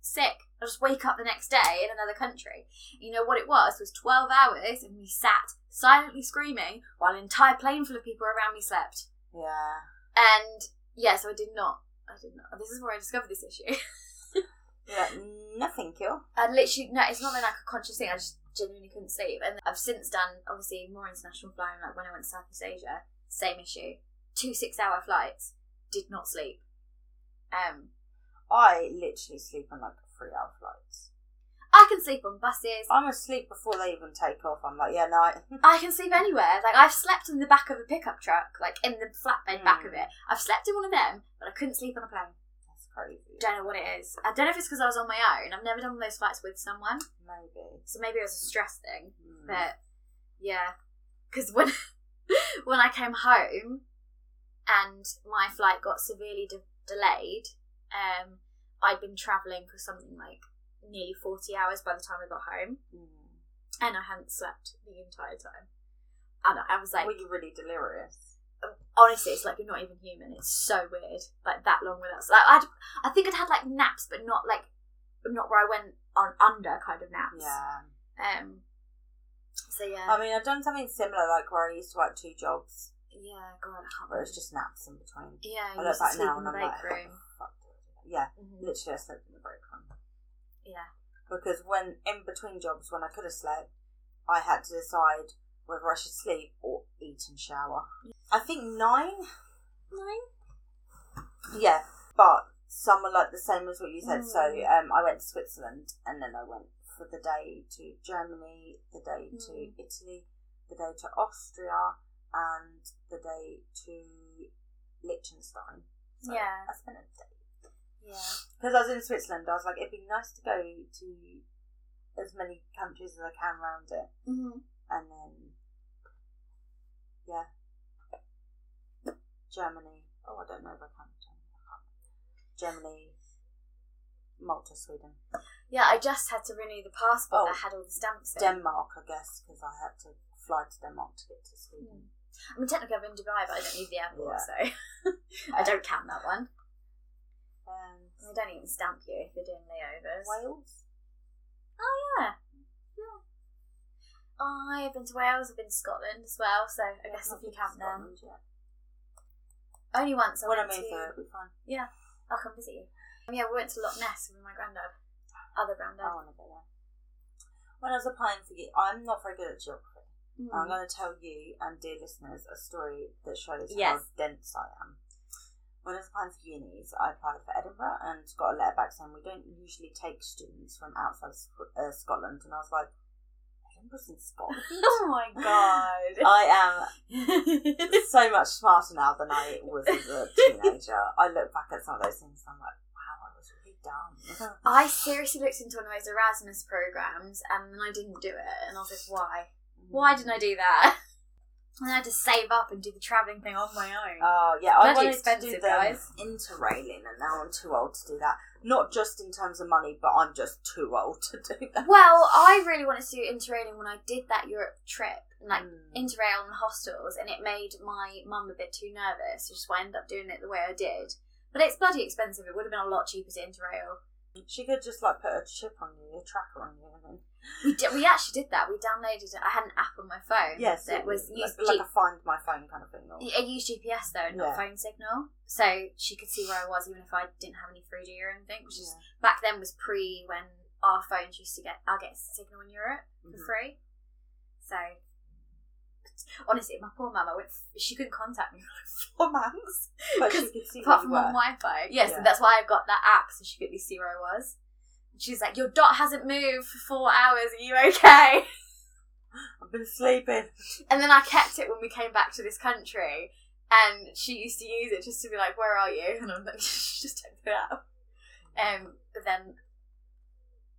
S1: sick. I'll just wake up the next day in another country. You know what it was? Was 12 hours and we sat silently screaming while an entire plane full of people around me slept.
S2: Yeah.
S1: And yeah, so I did not. I did not. This is where I discovered this issue.
S2: Yeah. Nothing kill.
S1: I literally no, it's not like a conscious thing. I just genuinely couldn't sleep, and I've since done obviously more international flying. Like when I went to Southeast Asia, same issue. Two six-hour flights, did not sleep. Um,
S2: I literally sleep on like three hour flights.
S1: I can sleep on buses.
S2: I'm asleep before they even take off. I'm like, yeah, no. I-
S1: I can sleep anywhere. Like I've slept in the back of a pickup truck, like in the flatbed back of
S2: Mm.
S1: it. I've slept in one of them, but I couldn't sleep on a plane.
S2: That's crazy.
S1: Don't know what it is. I don't know if it's because I was on my own. I've never done those flights with someone,
S2: Maybe.
S1: so maybe it was a stress thing.
S2: Mm.
S1: But yeah, because when when I came home and my flight got severely de- delayed, um, I'd been traveling for something like nearly forty hours by the time I got home,
S2: Mm.
S1: and I hadn't slept the entire time. And I was like,
S2: Were you really delirious?
S1: honestly, it's like you're not even human. It's so weird, like that long without. Like I'd, I think I'd had like naps, but not like, not where I went on under kind of naps.
S2: Yeah.
S1: Um, So yeah,
S2: I mean, I've done something similar, like where I used to work two jobs,
S1: yeah, God, I can't remember.
S2: where it's just naps in between.
S1: Yeah,
S2: I
S1: you
S2: look
S1: used to
S2: back
S1: sleep
S2: now
S1: in
S2: and
S1: the
S2: I'm like, "Oh,
S1: break
S2: what the
S1: room.
S2: fuck did I do? yeah,
S1: Mhm.
S2: literally, I slept in the break room.
S1: Yeah,
S2: because when in between jobs when I could have slept, I had to decide whether I should sleep or eat and shower. I think nine, mm-hmm."
S1: nine.
S2: yeah, but some are like the same as what you said. So
S1: Mm.
S2: um, I went to Switzerland and then I went for the day to Germany, the day to
S1: Mm.
S2: Italy, the day to Austria, and the day to Liechtenstein. So
S1: Yeah.
S2: I spent a day
S1: Yeah,
S2: because I was in Switzerland, I was like, it'd be nice to go to as many countries as I can round it,
S1: mm-hmm.
S2: and then yeah, Germany. Oh, I don't know if I can. Germany, Malta, Sweden,
S1: yeah. I just had to renew the passport
S2: Oh.
S1: that had all the stamps in.
S2: Denmark. I guess because I had to fly to Denmark to get to Sweden.
S1: I mean, technically, I'm in Dubai, but I don't need the airport, so I
S2: Uh,
S1: don't count that one. Hmm.
S2: And
S1: They don't even stamp you if you're doing layovers.
S2: Wales.
S1: Oh yeah, yeah. I've been to Wales. I've been to Scotland as well. So I guess if you count them,
S2: Scotland yet.
S1: only once. I
S2: When I
S1: went
S2: move
S1: to-
S2: there, it'll be fine.
S1: Yeah, I'll come visit you. Um, yeah, we went to Loch Ness with my granddad, other granddad.
S2: I want to go there. When I was applying for, ge- I'm not very good at geography.
S1: Mm.
S2: I'm going to tell you and dear listeners a story that shows
S1: Yes.
S2: how dense I am. When I was applying for unis, I applied for Edinburgh and got a letter back saying we don't usually take students from outside Sc- uh, Scotland, and I was like, Edinburgh's in Scotland.
S1: oh my god!
S2: Oh. I am so much smarter now than I was as a teenager. I look back at some of those things and I'm like, wow, I was really dumb.
S1: I seriously looked into one of those Erasmus programs, um, and then I didn't do it, and I was like, why? Why didn't I do that? And I had to save up and do the travelling thing on my own.
S2: Oh yeah, I
S1: Bloody
S2: wanted
S1: expensive,
S2: to do the
S1: guys.
S2: interrailing, and now I'm too old to do that. Not just in terms of money, but I'm just too old to do that.
S1: well, I really wanted to do interrailing when I did that Europe trip, and like
S2: Mm.
S1: interrail and hostels, and it made my mum a bit too nervous, which is why I ended up doing it the way I did. But it's bloody expensive. It would have been a lot cheaper to interrail.
S2: she could just like put a chip on you, a tracker on you, and then
S1: We did, we actually did that. We downloaded it. I had an app on my phone.
S2: yes,
S1: that was
S2: like,
S1: used.
S2: like a find my phone kind of thing. Or,
S1: G- it used GPS though, and not
S2: Yeah.
S1: phone signal, so she could see where I was, even if I didn't have any 3G or anything. Which is
S2: Yeah.
S1: back then was pre when our phones used to get. I get signal in Europe for
S2: Mhm.
S1: free. So honestly, my poor mum, I went. She couldn't contact me for four months,
S2: but she
S1: 'Cause
S2: could see where
S1: apart
S2: you
S1: from
S2: were.
S1: on Wi-Fi. Yes,
S2: Yeah.
S1: and that's why I got that app so she could at least see where I was. And She's like, your dot hasn't moved for four hours. Are you okay?
S2: I've been sleeping.
S1: And then I kept it when we came back to this country, and she used to use it just to be like, "Where are you?" And I'm like, "Just take it out." Um, but then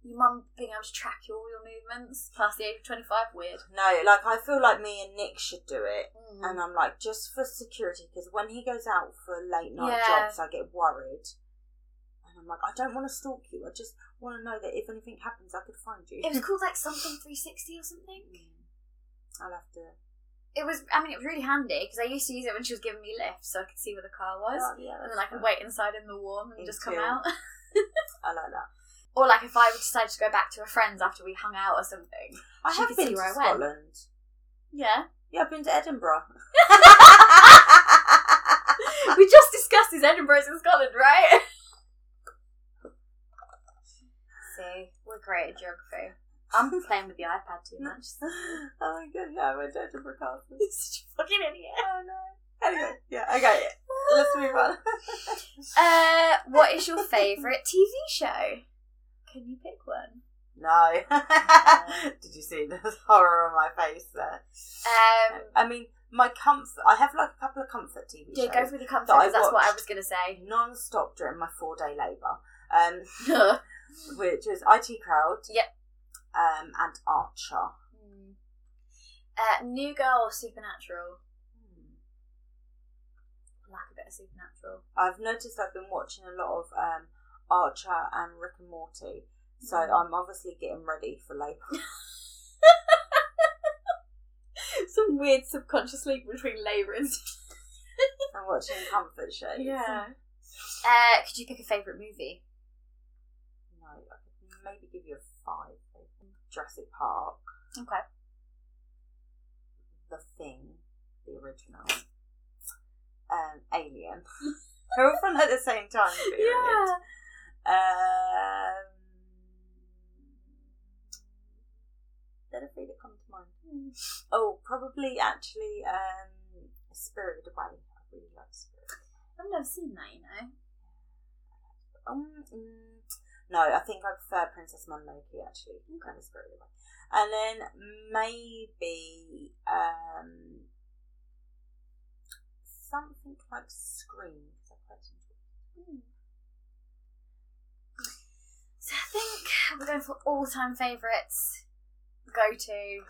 S1: your mum being able to track your all your movements past the age of twenty five, weird.
S2: No, like I feel like me and Nick should do it.
S1: Mm.
S2: And I'm like, just for security, because when he goes out for late night
S1: Yeah.
S2: jobs, I get worried. And I'm like, I don't want to stalk you. I just want to know that if anything happens, I could find you.
S1: It was called like something three sixty or something.
S2: I'll have to.
S1: It was. I mean, it was really handy because I used to use it when she was giving me lifts, so I could see where the car was,
S2: Oh, yeah,
S1: and then I could wait
S2: that's
S1: inside in the warm and
S2: Me
S1: just come
S2: too.
S1: out.
S2: fine. I like that.
S1: or like if I decided to go back to a friend's after we hung out or something.
S2: I
S1: She
S2: have
S1: could
S2: been
S1: see
S2: to
S1: where I went.
S2: Scotland.
S1: Yeah.
S2: Yeah, I've been to Edinburgh.
S1: we just discussed his Edinburgh's in Scotland, right? See, we're great at geography. I'm playing with the iPad too much.
S2: oh my god, yeah, I went to Edinburgh Castle.
S1: You're such a fucking idiot.
S2: Oh no. Anyway, yeah, okay, let's move on.
S1: Uh, what is your favourite TV show? Can you pick one?
S2: No. Did you see the horror on my face there?
S1: Um,
S2: I mean, my comfort. I have like a couple of comfort TV
S1: yeah, go
S2: shows
S1: for the comfort
S2: That I
S1: 'cause that's what I
S2: watched.
S1: was gonna say.
S2: non-stop during my four-day labour, um,
S1: Hmm.
S2: which is IT Crowd.
S1: Yep.
S2: Um, and Archer.
S1: uh, New Girl or Supernatural? Hmm. I like a bit of Supernatural.
S2: I've noticed I've been watching a lot of um, Archer and Rick and Morty, so
S1: Mm.
S2: I'm obviously getting ready for labour.
S1: Some weird subconscious link between labour and
S2: I'm watching comfort shows.
S1: Uh, could you pick a favourite movie?
S2: No, I could maybe give you a five. Jurassic Park.
S1: Okay.
S2: The Thing, the original um, Alien. They're all from like the same time period.
S1: Yeah.
S2: Um, they're three that come to
S1: Hmm.
S2: mind. Oh, probably actually um, Spirited Away. I really love Spirited.
S1: I've never seen that, you know.
S2: Um, mm, no, I think I prefer Princess Mononoke actually. Kind of Spirited Away. And then maybe um, something like Scream. 'cause I quite enjoy-
S1: Hmm. So I think we're going for all time favourites. Go to.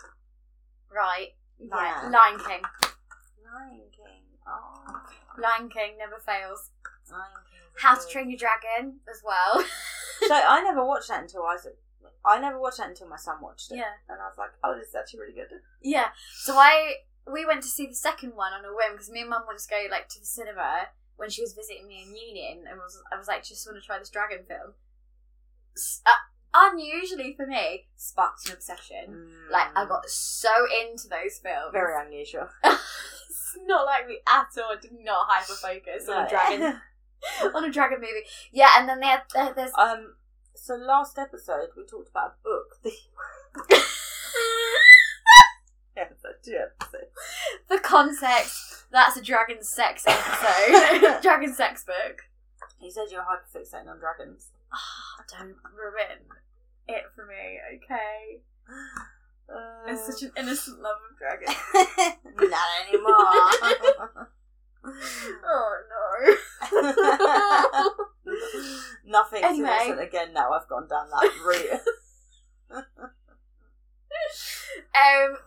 S1: Right. Right.
S2: Yeah.
S1: Lion King.
S2: Lion King. Oh,
S1: Lion King never fails.
S2: Lion King. is
S1: How to
S2: good.
S1: Train Your Dragon as well.
S2: so I never watched that until I was. I never watched that until my son watched it,
S1: Yeah.
S2: and I was like, "Oh, this is actually really good."
S1: Yeah. So I we went to see the second one on a whim because me and mum wanted to go like to the cinema when she was visiting me in Union, and was I was like, just want to try this dragon film. S- uh, unusually for me, sparked an obsession. Mm. Like I got so into those films.
S2: very unusual.
S1: it's not like me at all. I did not hyper focus on a dragon on a dragon movie. Yeah, and then they had there- there's
S2: um. So last episode we talked about a book. The yeah, so two episodes.
S1: the context. That's a dragon sex episode. dragon sex book.
S2: You said you were hyperfixating on dragons.
S1: Oh, don't ruin it for me, okay?
S2: Uh,
S1: It's such an innocent love of dragons.
S2: not anymore.
S1: Oh no.
S2: Nothing's
S1: Anyway.
S2: innocent again now I've gone down that route.
S1: um,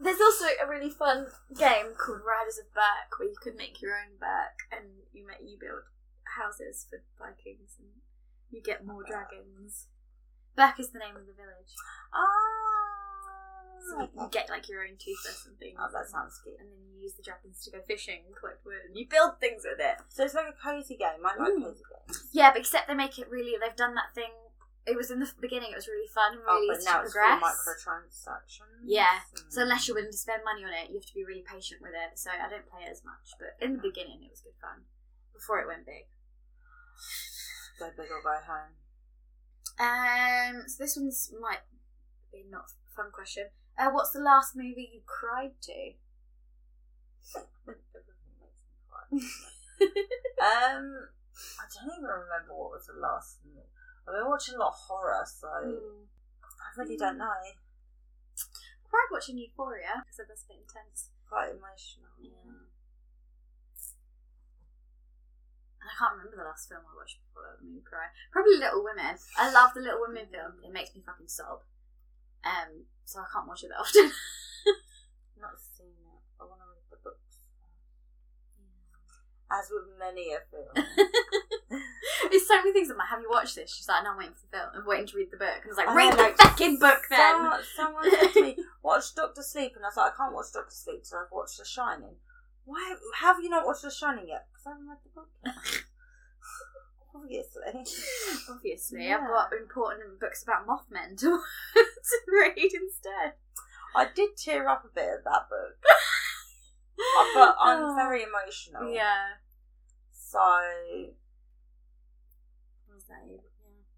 S1: there's also a really fun game called Riders of Burke where you could make your own Burke and you make you build houses for Vikings and you get more dragons. Burke is the name of the village. So you, you
S2: oh,
S1: get like your own toothbrush and things.
S2: Ah. that sounds cute.
S1: and then you use the dragons to go fishing and collect wood and you build things with it.
S2: So it's like a cozy game. I like
S1: Ooh.
S2: cozy games.
S1: Yeah, but except they make it really. They've done that thing. It was in the beginning. It was really fun and really
S2: oh, but
S1: easy
S2: now
S1: to
S2: it's for
S1: progress.
S2: microtransactions.
S1: Yeah.
S2: Mm.
S1: so unless you're willing to spend money on it, you have to be really patient with it. So I don't play it as much, but in the beginning, it was good fun. Before it went big.
S2: go big or go home.
S1: Um. So this one's might be not a fun question. Uh, what's the last movie you cried to? Hmm.
S2: um, I don't even remember what was the last. thing. I've been watching a lot of horror, so
S1: I
S2: I really don't know.
S1: cried watching Euphoria because that's a bit intense.
S2: Quite emotional.
S1: Yeah. And I can't remember the last film I watched before that made me cry. Probably Little Women. I love the Little Women film. It makes me fucking sob. Um, so I can't watch it that often.
S2: Not seen it. I want to read the books. As with many of them.
S1: There's so many things. I'm like, have you watched this? She's like, no, I'm waiting for the film. I'm waiting to read the book. And I was like,
S2: I
S1: read
S2: know,
S1: the
S2: like,
S1: fucking book then.
S2: Someone, someone said to me, "Watch Doctor Sleep," and I was like, "I can't watch Doctor Sleep till I've watched The Shining." Why have you not watched The Shining yet? Because I haven't read the book. yet. Obviously.
S1: Obviously,
S2: Yeah.
S1: I've got important books about Mothman to, to read instead.
S2: I did tear up a bit at that book, I- but I'm very emotional.
S1: Oh. Yeah.
S2: So,
S1: What was that? Yeah.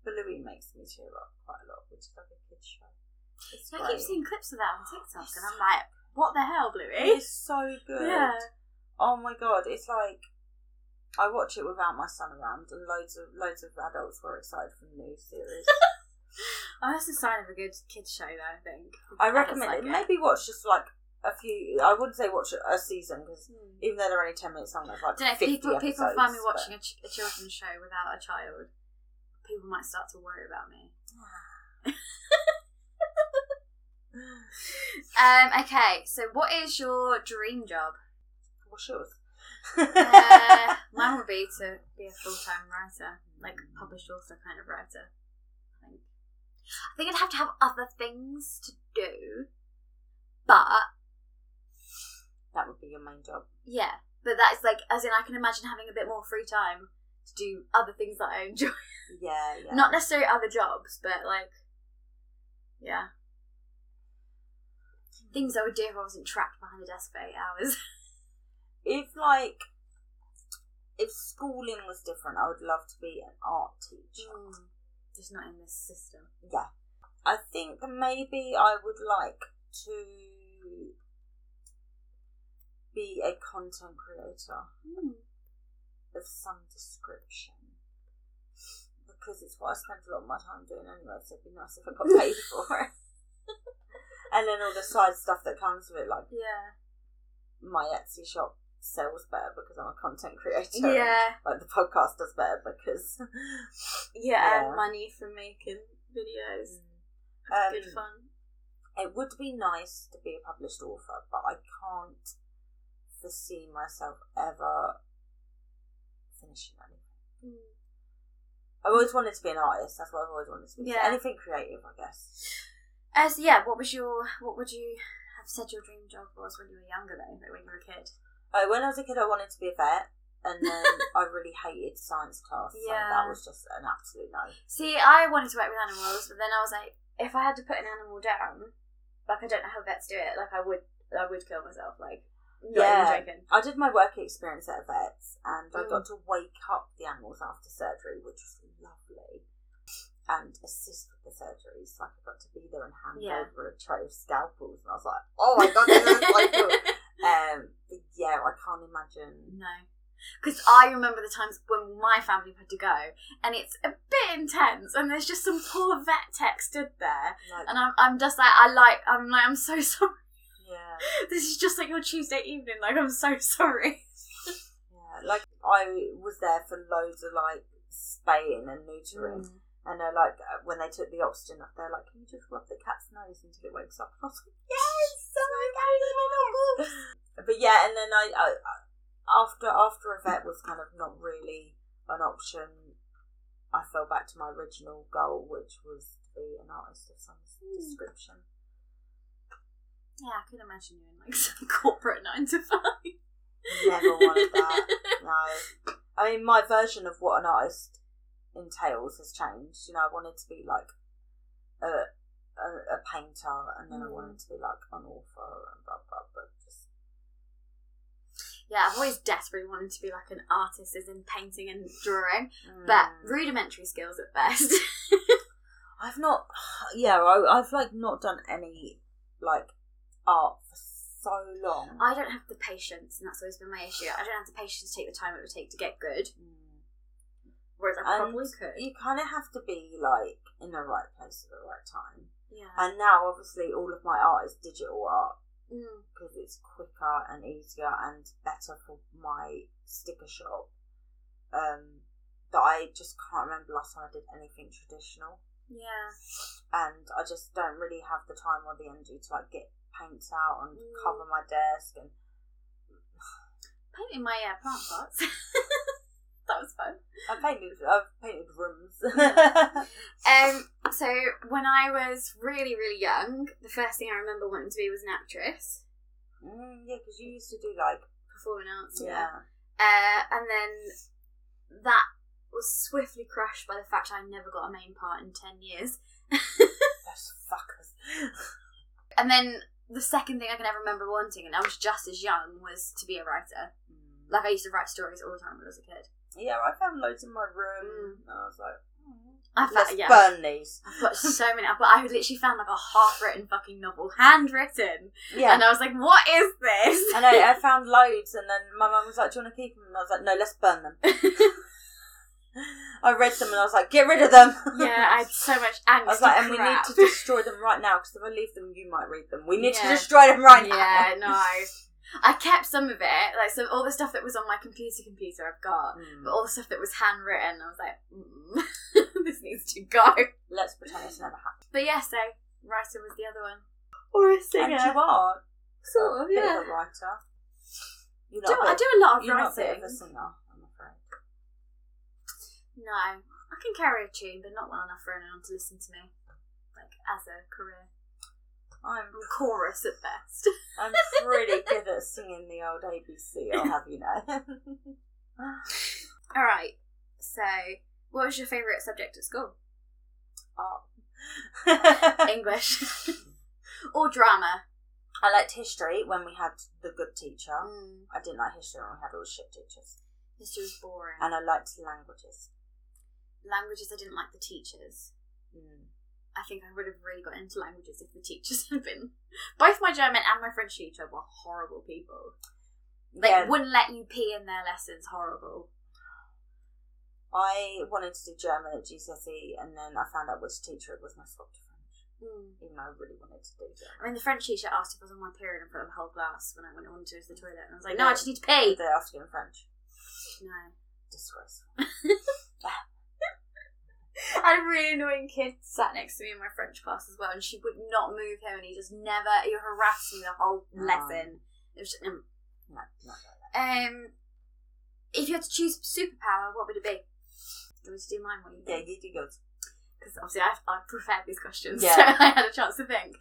S2: but Louis makes me tear up quite a lot, which is like a kid show. It's
S1: So I
S2: great.
S1: keep seeing clips of that on TikTok, and I'm like, what the hell, Bluey?
S2: It's so good.
S1: Yeah.
S2: Oh my god, it's like I watch it without my son around, and loads of loads of adults were excited for the new series.
S1: Oh, that's a sign of a good kids show, though. I think.
S2: I
S1: Adults
S2: recommend
S1: like
S2: it. Maybe watch just like a few. I wouldn't say watch a season because
S1: Hmm.
S2: even though they're only ten minutes long, there's like
S1: don't know.
S2: 50
S1: People, people
S2: episodes,
S1: find me
S2: but-
S1: watching a, ch- a children's show without a child. People might start to worry about me. Um. Okay. So, what is your dream job?
S2: What's yours?
S1: Uh, mine would be to be a full-time writer, like published author kind of writer. I think. I think I'd have to have other things to do, but
S2: that would be your main job.
S1: Yeah, but that's like, as in, I can imagine having a bit more free time to do other things that I enjoy.
S2: Yeah, yeah.
S1: Not necessarily other jobs, but like, yeah. Things I would do if I wasn't trapped behind a desk for eight hours.
S2: If like if schooling was different, I would love to be an art teacher.
S1: Hmm. Mm. Just not in this system.
S2: Yeah. I think maybe I would like to be a content creator
S1: Hmm.
S2: of some description. Because it's what I spend a lot of my time doing anyway, so it'd be nice if I got paid for it. and then all the side stuff that comes with it, like
S1: Yeah.
S2: my Etsy shop sells better because I'm a content creator. and,
S1: Yeah.
S2: Like the podcast does better because
S1: Yeah.
S2: Yeah.
S1: earn money from making videos.
S2: um,
S1: Good fun.
S2: it would be nice to be a published author, but I can't foresee myself ever finishing anything.
S1: Hmm.
S2: I've always wanted to be an artist. That's what I've always wanted to be.
S1: Yeah.
S2: Anything creative, I guess.
S1: Uh, so yeah, what was your what would you have said your dream job was when you were younger though, like when you were a kid?
S2: Uh, when I was a kid, I wanted to be a vet, and then I really hated science class. So
S1: Yeah.
S2: that was just an absolute no.
S1: See, I wanted to work with animals, but then I was like, if I had to put an animal down, like I don't know how vets do it, like I would I would kill myself, like not
S2: Yeah.
S1: even joking.
S2: I did my work experience at a vet's and I
S1: Mm.
S2: got to wake up the animals after surgery, which was lovely, and assist with the surgeries. Like, I got to be there and hand
S1: Yeah.
S2: over a tray of scalpels, and I was like, oh my god, this is like cool. Um, but yeah, I can't imagine.
S1: No. Because I remember the times when my family had to go, and it's a bit intense, and there's just some poor vet tech stood there,
S2: Like,
S1: and I'm, I'm just like, I like, I'm like, I'm so sorry.
S2: yeah.
S1: This is just like your Tuesday evening, like, I'm so sorry.
S2: Yeah, like I was there for loads of like spaying and neutering, and they're like uh, when they took the oxygen up, they're like, "Can you just rub the cat's nose until it wakes up?" And I was like, "Yes, oh my God, yes!" But yeah, and then I, I I- after after a vet was kind of not really an option, I fell back to my original goal, which was to be an artist of some description.
S1: Yeah, I could imagine you in like some corporate nine to five.
S2: Never wanted that. No. I mean, my version of what an artist entails has changed. You know, I wanted to be like a a, a painter, and then I
S1: Mm.
S2: wanted to be like an author and blah blah. But just
S1: Yeah, I've always desperately wanted to be like an artist, as in painting and drawing, but
S2: Mm.
S1: rudimentary skills at best.
S2: I've not. Yeah, I, I've like not done any like art for so long.
S1: I don't have the patience, and that's always been my issue. I don't have the patience to take the time it would take to get good,
S2: Mm.
S1: whereas I
S2: And
S1: probably could.
S2: You kind of have to be like in the right place at the right time.
S1: Yeah.
S2: And now, obviously, all of my art is digital art.
S1: Mm.
S2: because it's quicker and easier and better for my sticker shop. Um, but I just can't remember last time I did anything traditional,
S1: Yeah.
S2: and I just don't really have the time or the energy to like get paints out and
S1: Mm.
S2: cover my desk. And
S1: Painting my uh, plant pots. that was fun.
S2: I painted, I've painted rooms. Mm,
S1: Um, so when I was really, really young, the first thing I remember wanting to be was an actress,
S2: mm, yeah, because you used to do like
S1: performing arts.
S2: yeah,
S1: Uh, and then that was swiftly crushed by the fact I never got a main part in 10 years.
S2: those fuckers.
S1: And then the second thing I can ever remember wanting, and I was just as young, was to be a writer.
S2: Mm.
S1: Like, I used to write stories all the time when I was a kid.
S2: yeah, I found loads in my room. And I was like, mm,
S1: I
S2: let's
S1: found, yeah,
S2: burn these.
S1: I've got so many. I've got, I literally found like a half written fucking novel, handwritten.
S2: Yeah,
S1: And I was like, what is this?
S2: I know, I found loads, and then my mum was like, Do you want to keep them? And I was like, No, let's burn them. I read them and I was like, Get rid of them.
S1: yeah, I had so much angst.
S2: I was like, And we need
S1: crap.
S2: to destroy them right now because if I leave them, you might read them. We need to
S1: Yeah.
S2: destroy them right
S1: Yeah, no. I kept some of it, like some all the stuff that was on my computer computer I've got,
S2: now. Mm.
S1: but all the stuff that was handwritten, I was like, mm, this needs to go.
S2: Let's pretend it's never happened.
S1: But yeah, so writer was the other one. Or a
S2: And you are
S1: sort of,
S2: a bit
S1: yeah.
S2: of a writer. You're
S1: Do,
S2: not a
S1: I
S2: bit-
S1: do a lot of
S2: you're not a bit
S1: writing.
S2: of a singer, I'm afraid.
S1: No, I can carry a tune, but not well enough for anyone to listen to me, like as a career.
S2: I'm,
S1: I'm chorus at best.
S2: I'm pretty good at singing the old ABC, I'll have you know.
S1: All right. So, what was your favourite subject at school?
S2: Art.
S1: English or drama?
S2: I liked history when we had the good teacher.
S1: Mm,
S2: I didn't like history when we had all the shit teachers.
S1: history was boring.
S2: And I liked languages.
S1: languages, I didn't like the teachers.
S2: Mm.
S1: I think I would have really got into languages if the teachers had been. Both my German and my French teacher were horrible people. They
S2: yeah,
S1: wouldn't let you pee in their lessons. Horrible.
S2: I wanted to do German at GCSE, E, and then I found out which teacher it was, and I swapped to French. Even though I really wanted to do
S1: I
S2: German.
S1: mean, the French teacher asked if I was on my period in front of the whole class when I went on to the toilet, and I was like, "No, I just need to pee."
S2: They asked you in French.
S1: No,
S2: Disgraceful.
S1: I had a really annoying kid sat next to me in my French class as well, and she would not move him, and he just never. He harassed me the whole
S2: No.
S1: lesson. It was just, um,
S2: No, not like
S1: um, if you had to choose superpower, what would it be? Do you want me to do mine? What do you
S2: that. Yeah,
S1: think?
S2: you do good.
S1: Because obviously I've, I've prepared these questions, so
S2: Yeah.
S1: I had a chance to think.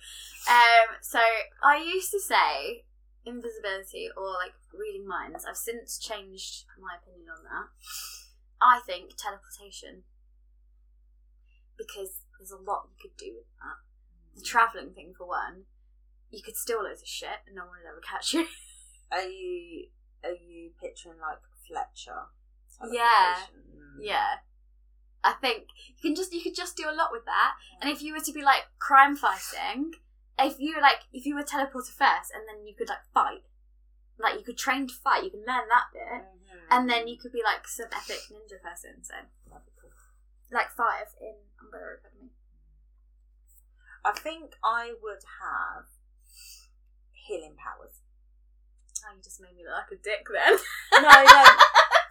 S1: Um, so I used to say invisibility or like reading minds. I've since changed my opinion on that. I think teleportation. Because there's a lot you could do with that. The travelling thing, for one, you could steal loads of shit and no one would ever catch you.
S2: Are you are you picturing like Fletcher?
S1: Yeah.
S2: Teleportation? Mm.
S1: Yeah. I think you can just you could just do a lot with that. And if you were to be like crime fighting, if you were, like if you were teleporter first and then you could like fight. Like you could train to fight, you can learn that bit.
S2: Mhm.
S1: And then you could be like some epic ninja person, so
S2: That'd be cool.
S1: like five in Umbrella Academy.
S2: I think I would have healing powers.
S1: Oh, you just made me look like a dick then.
S2: No, no.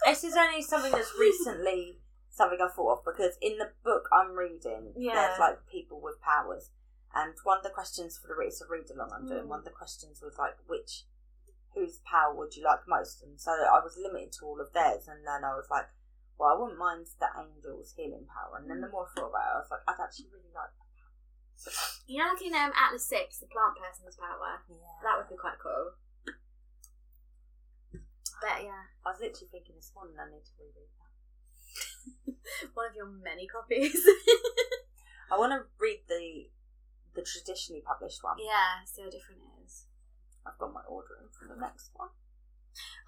S2: this is only something that's recently something I thought of because in the book I'm reading,
S1: Yeah.
S2: there's like people with powers, and one of the questions for the it's a read along I'm doing.
S1: Mm.
S2: One of the questions was like which. Whose power would you like most? And so I was limited to all of theirs, and then I was like, "Well, I wouldn't mind the angel's healing power." And
S1: Mm.
S2: then the more I thought about it, I was like, "I'd actually really like
S1: You know like in um, Atlas Six, the plant person's power.
S2: that."
S1: That would be quite cool. But yeah.
S2: I was literally thinking this morning I need to reread that.
S1: One of your many copies.
S2: I want to read the the traditionally published one.
S1: yeah, see how different it is.
S2: I've got my order in for the next one.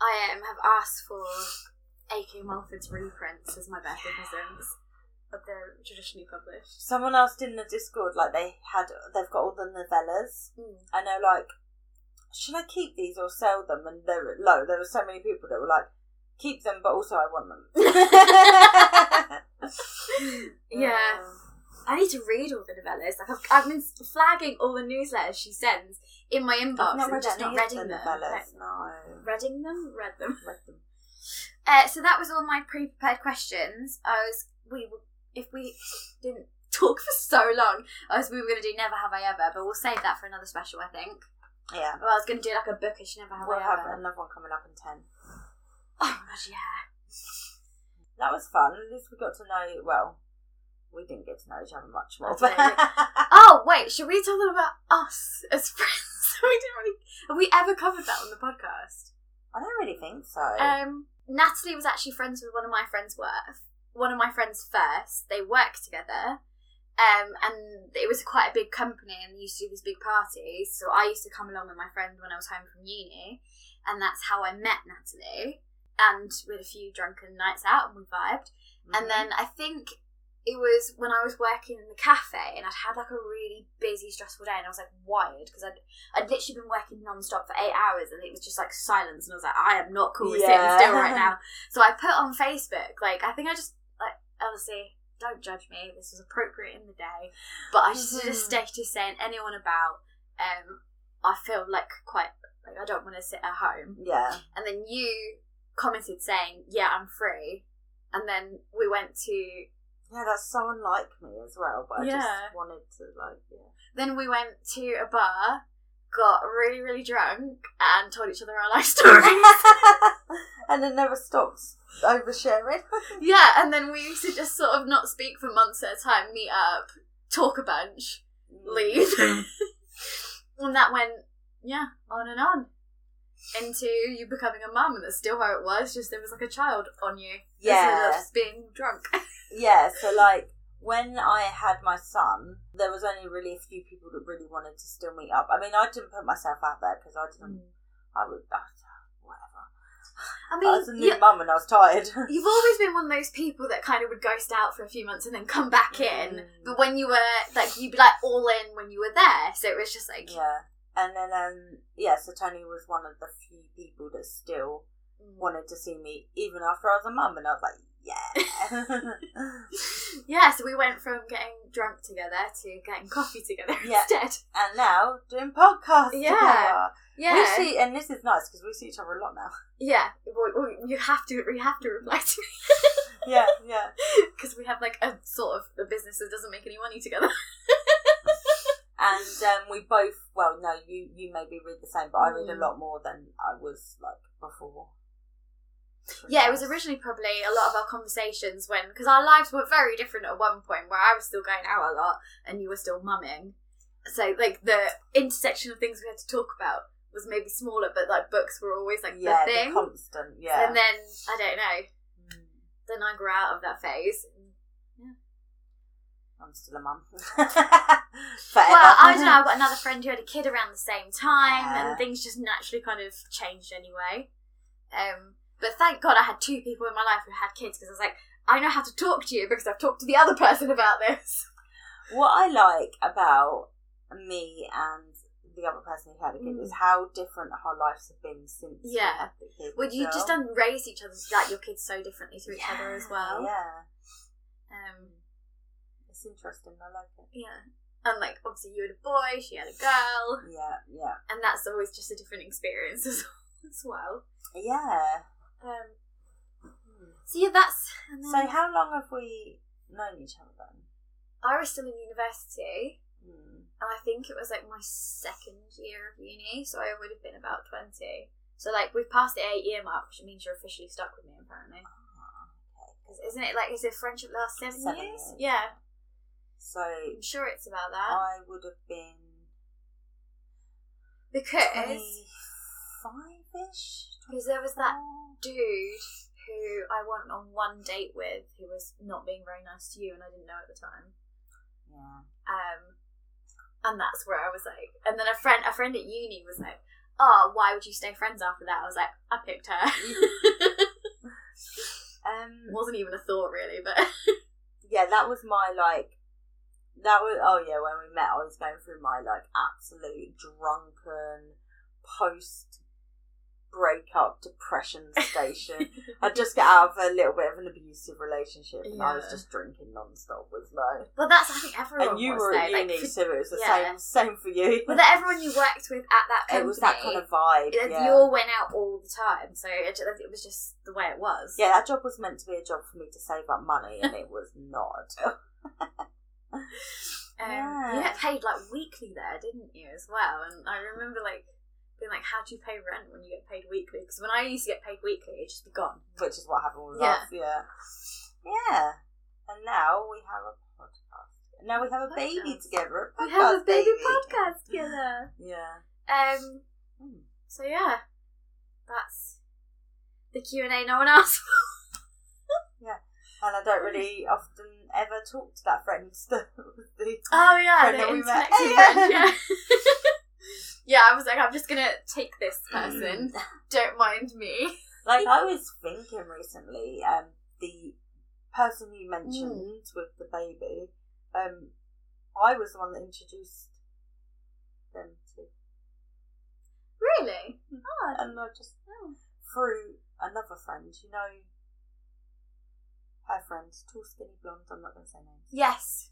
S1: I um, have asked for A.K. Mulford's reprints as my birthday presents, but they're traditionally published.
S2: Someone asked in the Discord, like they had, they've got all the novellas,
S1: Mm.
S2: and they're like, should I keep these or sell them? And they were low. There were so many people that were like, keep them, but also I want them.
S1: Yeah. I need to read all the novellas. Like I've, I've been flagging all the newsletters she sends in my inbox
S2: I've not
S1: and
S2: read
S1: just
S2: any
S1: not
S2: of
S1: reading
S2: the
S1: them.
S2: novellas. No,
S1: Reading them, read them.
S2: read them.
S1: Uh, so that was all my pre-prepared questions. I was we were, if we didn't talk for so long, I was we were going to do never have I ever, but we'll save that for another special. I think.
S2: Yeah,
S1: Well, I was going to do like a bookish never have
S2: we'll
S1: I
S2: have
S1: ever.
S2: another one coming up in ten.
S1: Oh my god, yeah.
S2: That was fun. At least we got to know. Well, we didn't get to know each other much more.
S1: That's
S2: But
S1: Oh wait, should we tell them about us as friends? we didn't really have we ever covered that on the podcast.
S2: I don't really think so.
S1: Um, Natalie was actually friends with one of my friends' worth. One of my friends first. They worked together. Um, and it was quite a big company, and they used to do these big parties. So I used to come along with my friend when I was home from uni, and that's how I met Natalie. And we had a few drunken nights out, and we vibed.
S2: Mm-hmm.
S1: And then I think it was when I was working in the cafe and I'd had like a really busy, stressful day and I was like wired because I'd, I'd literally been working non stop for eight hours and it was just like silence and I was like, I am not cool with
S2: Yeah.
S1: sitting still right now. So I put on Facebook, like, I think I just, like, honestly, don't judge me. This was appropriate in the day. But I just did a
S2: Mhm.
S1: status saying anyone about, um, I feel like quite, like, I don't want to sit at home
S2: Mm-hmm. yeah,
S1: and then you commented saying, "Yeah, I'm free." And then we went to
S2: yeah, that's so unlike me as well. But I
S1: Yeah.
S2: just wanted to like, yeah.
S1: then we went to a bar, got really really drunk, and told each other our life story.
S2: and it never stops oversharing.
S1: yeah, and then we used to just sort of not speak for months at a time, meet up, talk a bunch, leave, and that went yeah on and on into you becoming a mum, and that's still how it was. Just there was like a child on you. instead
S2: Yeah,
S1: of being drunk.
S2: yeah. So like, when I had my son, there was only really a few people that really wanted to still meet up. I mean, I didn't put myself out there because I didn't. I would. I, whatever.
S1: Mm. I
S2: I was a
S1: mean,
S2: new
S1: you,
S2: mum and I was tired.
S1: you've always been one of those people that kind of would ghost out for a few months and then come back in.
S2: Mm.
S1: But when you were like, you'd be like all in when you were there. So it was just like,
S2: yeah. And then, um, yeah, so Tony was one of the few people that still
S1: Mm.
S2: wanted to see me even after I was a mum, and I was like, yeah.
S1: yeah. So we went from getting drunk together to getting coffee together
S2: Yeah.
S1: instead.
S2: and now doing podcasts.
S1: Yeah.
S2: together.
S1: Yeah,
S2: We see, and this is nice because we see each other a lot now.
S1: yeah. Well, well, you have to, you have to reply to
S2: Yeah, yeah.
S1: because we have like a sort of a business that doesn't make any money together.
S2: and um, we both well no you you maybe read the same but i read a
S1: Mm.
S2: lot more than i was like before
S1: yeah, it was originally probably a lot of our conversations when because our lives were very different at one point where I was still going out a lot and you were still mumming. So like the intersection of things we had to talk about was maybe smaller, but like books were always like
S2: yeah
S1: the
S2: the
S1: thing.
S2: constant yeah
S1: And then I don't know.
S2: Mm.
S1: Then I grew out of that phase.
S2: i'm still a mum Forever.
S1: Well, I don't know. I've got another friend who had a kid around the same time,
S2: Yeah.
S1: and things just naturally kind of changed anyway. Um, but thank God I had two people in my life who had kids because I was like, I know how to talk to you because I've talked to the other person about this.
S2: what i like about me and the other person who had a kid
S1: Mm.
S2: is how different our lives have been since
S1: Yeah.
S2: we had the kid
S1: Well,
S2: as
S1: you just
S2: well.
S1: done raise each other like your kids so differently to each other as
S2: Yeah,
S1: well.
S2: yeah
S1: Um,
S2: it's interesting i like it
S1: yeah. And like obviously you had a boy, she had a girl,
S2: yeah yeah
S1: and that's always just a different experience as, as well.
S2: yeah
S1: Um,
S2: Hmm.
S1: so yeah, that's and then
S2: so how long have we known each other then
S1: I was still in university.
S2: Mm.
S1: and I think it was like my second year of uni, so I would have been about twenty. So like we've passed the eight year mark, which means you're officially stuck with me apparently.
S2: Oh.
S1: Because isn't it like is it friendship lasts seven,
S2: Seven
S1: years?
S2: years. Oh,
S1: Yeah,
S2: So
S1: I'm sure it's about that
S2: I would have been
S1: because
S2: twenty-five ish.
S1: because there was that dude who I went on one date with who was not being very nice to you, and I didn't know at the time.
S2: Yeah.
S1: Um, and that's where I was like, and then a friend, a friend at uni was like, "Oh, why would you stay friends after that?" I was like, "I picked her."
S2: Um.
S1: wasn't even a thought really, but
S2: Yeah, that was my like. That was oh yeah when we met I was going through my like absolute drunken post breakup depression station. I'd just get out of a little bit of an abusive relationship and I was
S1: Yeah.
S2: just drinking non-stop was like
S1: well, that's I think everyone
S2: and you
S1: was
S2: were
S1: though.
S2: at
S1: like,
S2: uni
S1: for-
S2: so it was the
S1: yeah.
S2: same same for you.
S1: well, that everyone you worked with at that company,
S2: it was that kind of vibe.
S1: like,
S2: yeah.
S1: you all went out all the time, so it, ju- it was just the way it was.
S2: Yeah, that job was meant to be a job for me to save up money, and it was not.
S1: um,
S2: Yeah.
S1: you get paid like weekly there, didn't you as well? And I remember like being like, how do you pay rent when you get paid weekly? Because when I used to get paid weekly, it'd just be gone.
S2: Which is what happened with
S1: Yeah.
S2: us, yeah. Yeah. And now we have a podcast. Now we have a baby
S1: Podcast.
S2: together. A
S1: We have a
S2: podcast
S1: baby podcast together.
S2: Yeah.
S1: Um,
S2: Hmm.
S1: so yeah, that's the Q and A. No one asked.
S2: And I don't really often ever talk to that friend. So the,
S1: Oh yeah,
S2: Friend
S1: the
S2: that we met.
S1: intellectual friend, yeah. yeah, I was like, I'm just gonna take this
S2: Mm.
S1: person. Don't mind me.
S2: like, I was thinking recently, um, the person you mentioned
S1: Hmm.
S2: with the baby, um, I was the one that introduced them to
S1: Really?
S2: and I just oh, through another friend, you know, her friend, tall, skinny, blonde. I'm not going to say names.
S1: Yes.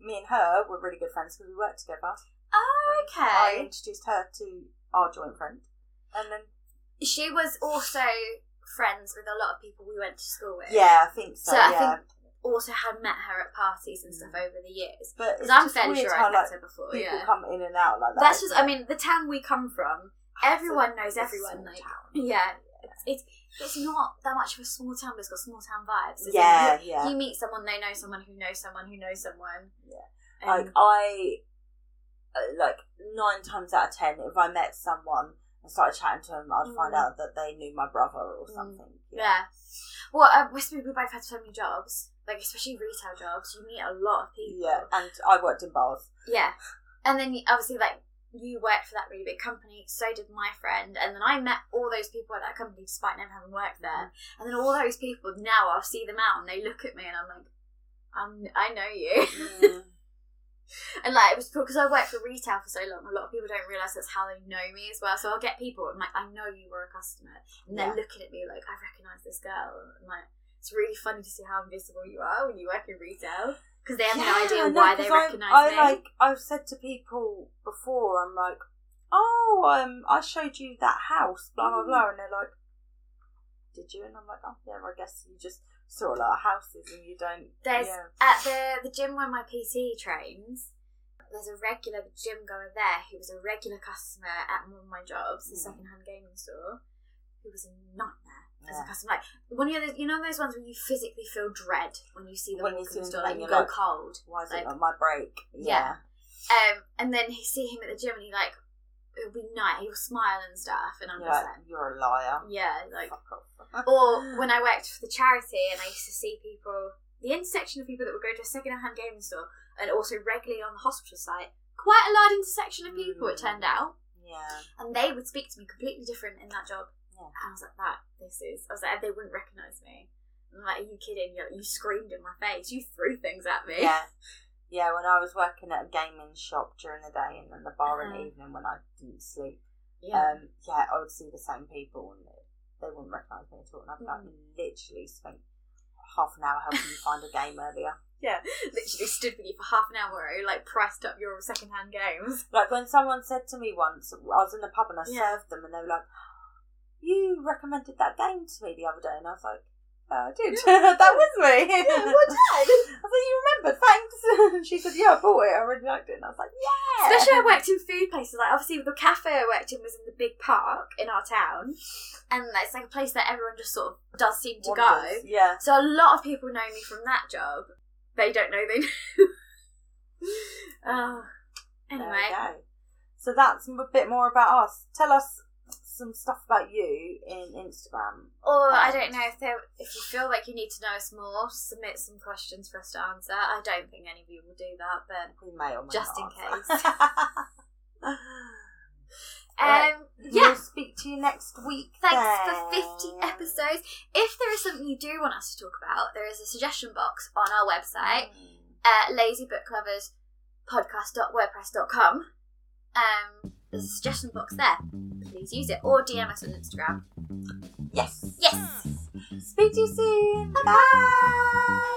S2: Me and her were really good friends because we worked together.
S1: Oh,
S2: I
S1: okay.
S2: introduced her to our joint friend, and then
S1: She was also friends with a lot of people we went to school with.
S2: yeah, I think so.
S1: So I
S2: yeah,
S1: Also had met her at parties and stuff over the years.
S2: but Mm. it's
S1: Because I'm
S2: just
S1: fairly
S2: weird
S1: sure
S2: how
S1: I've met
S2: like
S1: her before.
S2: people
S1: Yeah.
S2: come in and out like that.
S1: That's just.
S2: isn't
S1: I
S2: it?
S1: mean, the town we come from.
S2: It's a-
S1: Everyone knows
S2: it's a
S1: everyone.
S2: small
S1: Like,
S2: town.
S1: yeah. It's, it's it's not that much of a small town, but it's got small town vibes. isn't it?
S2: yeah, yeah.
S1: you meet someone, they know someone who knows someone who knows someone.
S2: Yeah.
S1: Um,
S2: like I, uh, like nine times out of ten, if I met someone and started chatting to them, I'd find
S1: Mm.
S2: out that they knew my brother or
S1: Mm.
S2: something.
S1: yeah. Well, uh, Westmead, we both had so many jobs, like especially retail jobs, you meet a lot of people.
S2: Yeah, and I worked in bars.
S1: Yeah. And then you- obviously, like, you worked for that really big company, so did my friend. And then I met all those people at that company despite never having worked there.
S2: Mm.
S1: And then all those people, now I see them out and they look at me and I'm like, I'm, I know you. Mm. And like, it was because I worked for retail for so long, a lot of people don't realise that's how they know me as well. So I'll get people, I'm like, I know you were a customer. And they're
S2: Yeah.
S1: looking at me like, I recognise this girl. And like, it's really funny to see how invisible you are when you work in retail. Because they have no
S2: Yeah,
S1: idea
S2: no,
S1: why they
S2: 'cause I-
S1: recognise
S2: I,
S1: me.
S2: like I've said to people before, I'm like, oh, um, I showed you that house, blah
S1: Mm.
S2: blah blah, and they're like, did you? And I'm like, oh yeah, I guess you just saw a lot of houses and you don't.
S1: There's
S2: yeah.
S1: at the the gym where my PT trains. There's a regular gym goer there who was a regular customer at one of my jobs, the
S2: Mm.
S1: secondhand gaming store, who was a nightmare as a
S2: Yeah.
S1: customer. Like one of those, you know those ones where you physically feel dread when you see them
S2: When you
S1: walk
S2: see
S1: in the
S2: them
S1: store,
S2: coming,
S1: like you
S2: you're
S1: go
S2: like-
S1: cold.
S2: Why is
S1: like-
S2: it not my break?
S1: Yeah. Um, and then he see him at the gym and he like it'll be night. He'll smile and stuff, and I'm
S2: You're
S1: just
S2: like, you're a liar.
S1: like, yeah, like
S2: Fuck off.
S1: or when I worked for the charity and I used to see people, the intersection of people that would go to a second-hand gaming store and also regularly on the hospital site, quite a large intersection of people, it
S2: Mm.
S1: turned out.
S2: yeah,
S1: And they would speak to me completely different in that job.
S2: Yeah.
S1: And I was like, that, this is, I was like, they wouldn't recognise me. I'm like, are you kidding? You, you screamed in my face. You threw things at me.
S2: yeah, yeah. When I was working at a gaming shop during the day and then the bar in
S1: Uh-huh.
S2: the evening when I didn't sleep.
S1: Yeah.
S2: Um, yeah, I would see the same people and they, they wouldn't recognise me at all. And I'd be like,
S1: Mm.
S2: literally spent half an hour helping you find a game earlier.
S1: Literally stood with you for half an hour, eh? like, priced up your second-hand games.
S2: Like when someone said to me once, I was in the pub and I
S1: Yeah.
S2: served them and they were like, you recommended that game to me the other day. And I was like, yeah, I did. that was me.
S1: Yeah, well done.
S2: I was like, you remembered, thanks. and she said, yeah, I bought it. I really liked it. And I was like, yeah.
S1: Especially I worked in food places. Like obviously the cafe I worked in was in the big park in our town, and it's like a place that everyone just sort of does seem to go.
S2: Wonders. Yeah.
S1: So a lot of people know me from that job. They don't know they. know. oh,
S2: There
S1: anyway,
S2: we go. So that's a bit more about us. Tell us some stuff about you in Instagram.
S1: or I don't know if there, if you feel like you need to know us more, submit some questions for us to answer. I don't think any of you will do that, but
S2: We may or may
S1: Just
S2: not
S1: in
S2: answer. Right.
S1: um, yeah.
S2: We'll speak to you next week.
S1: Thanks for
S2: then.
S1: 50 episodes. If there is something you do want us to talk about, there is a suggestion box on our website,
S2: Mm.
S1: uh, lazybookloverspodcast.wordpress.com. Um, there's a suggestion box there. Please use it or DM us on Instagram.
S2: Yes.
S1: Yes!
S2: Speak to you soon. Bye.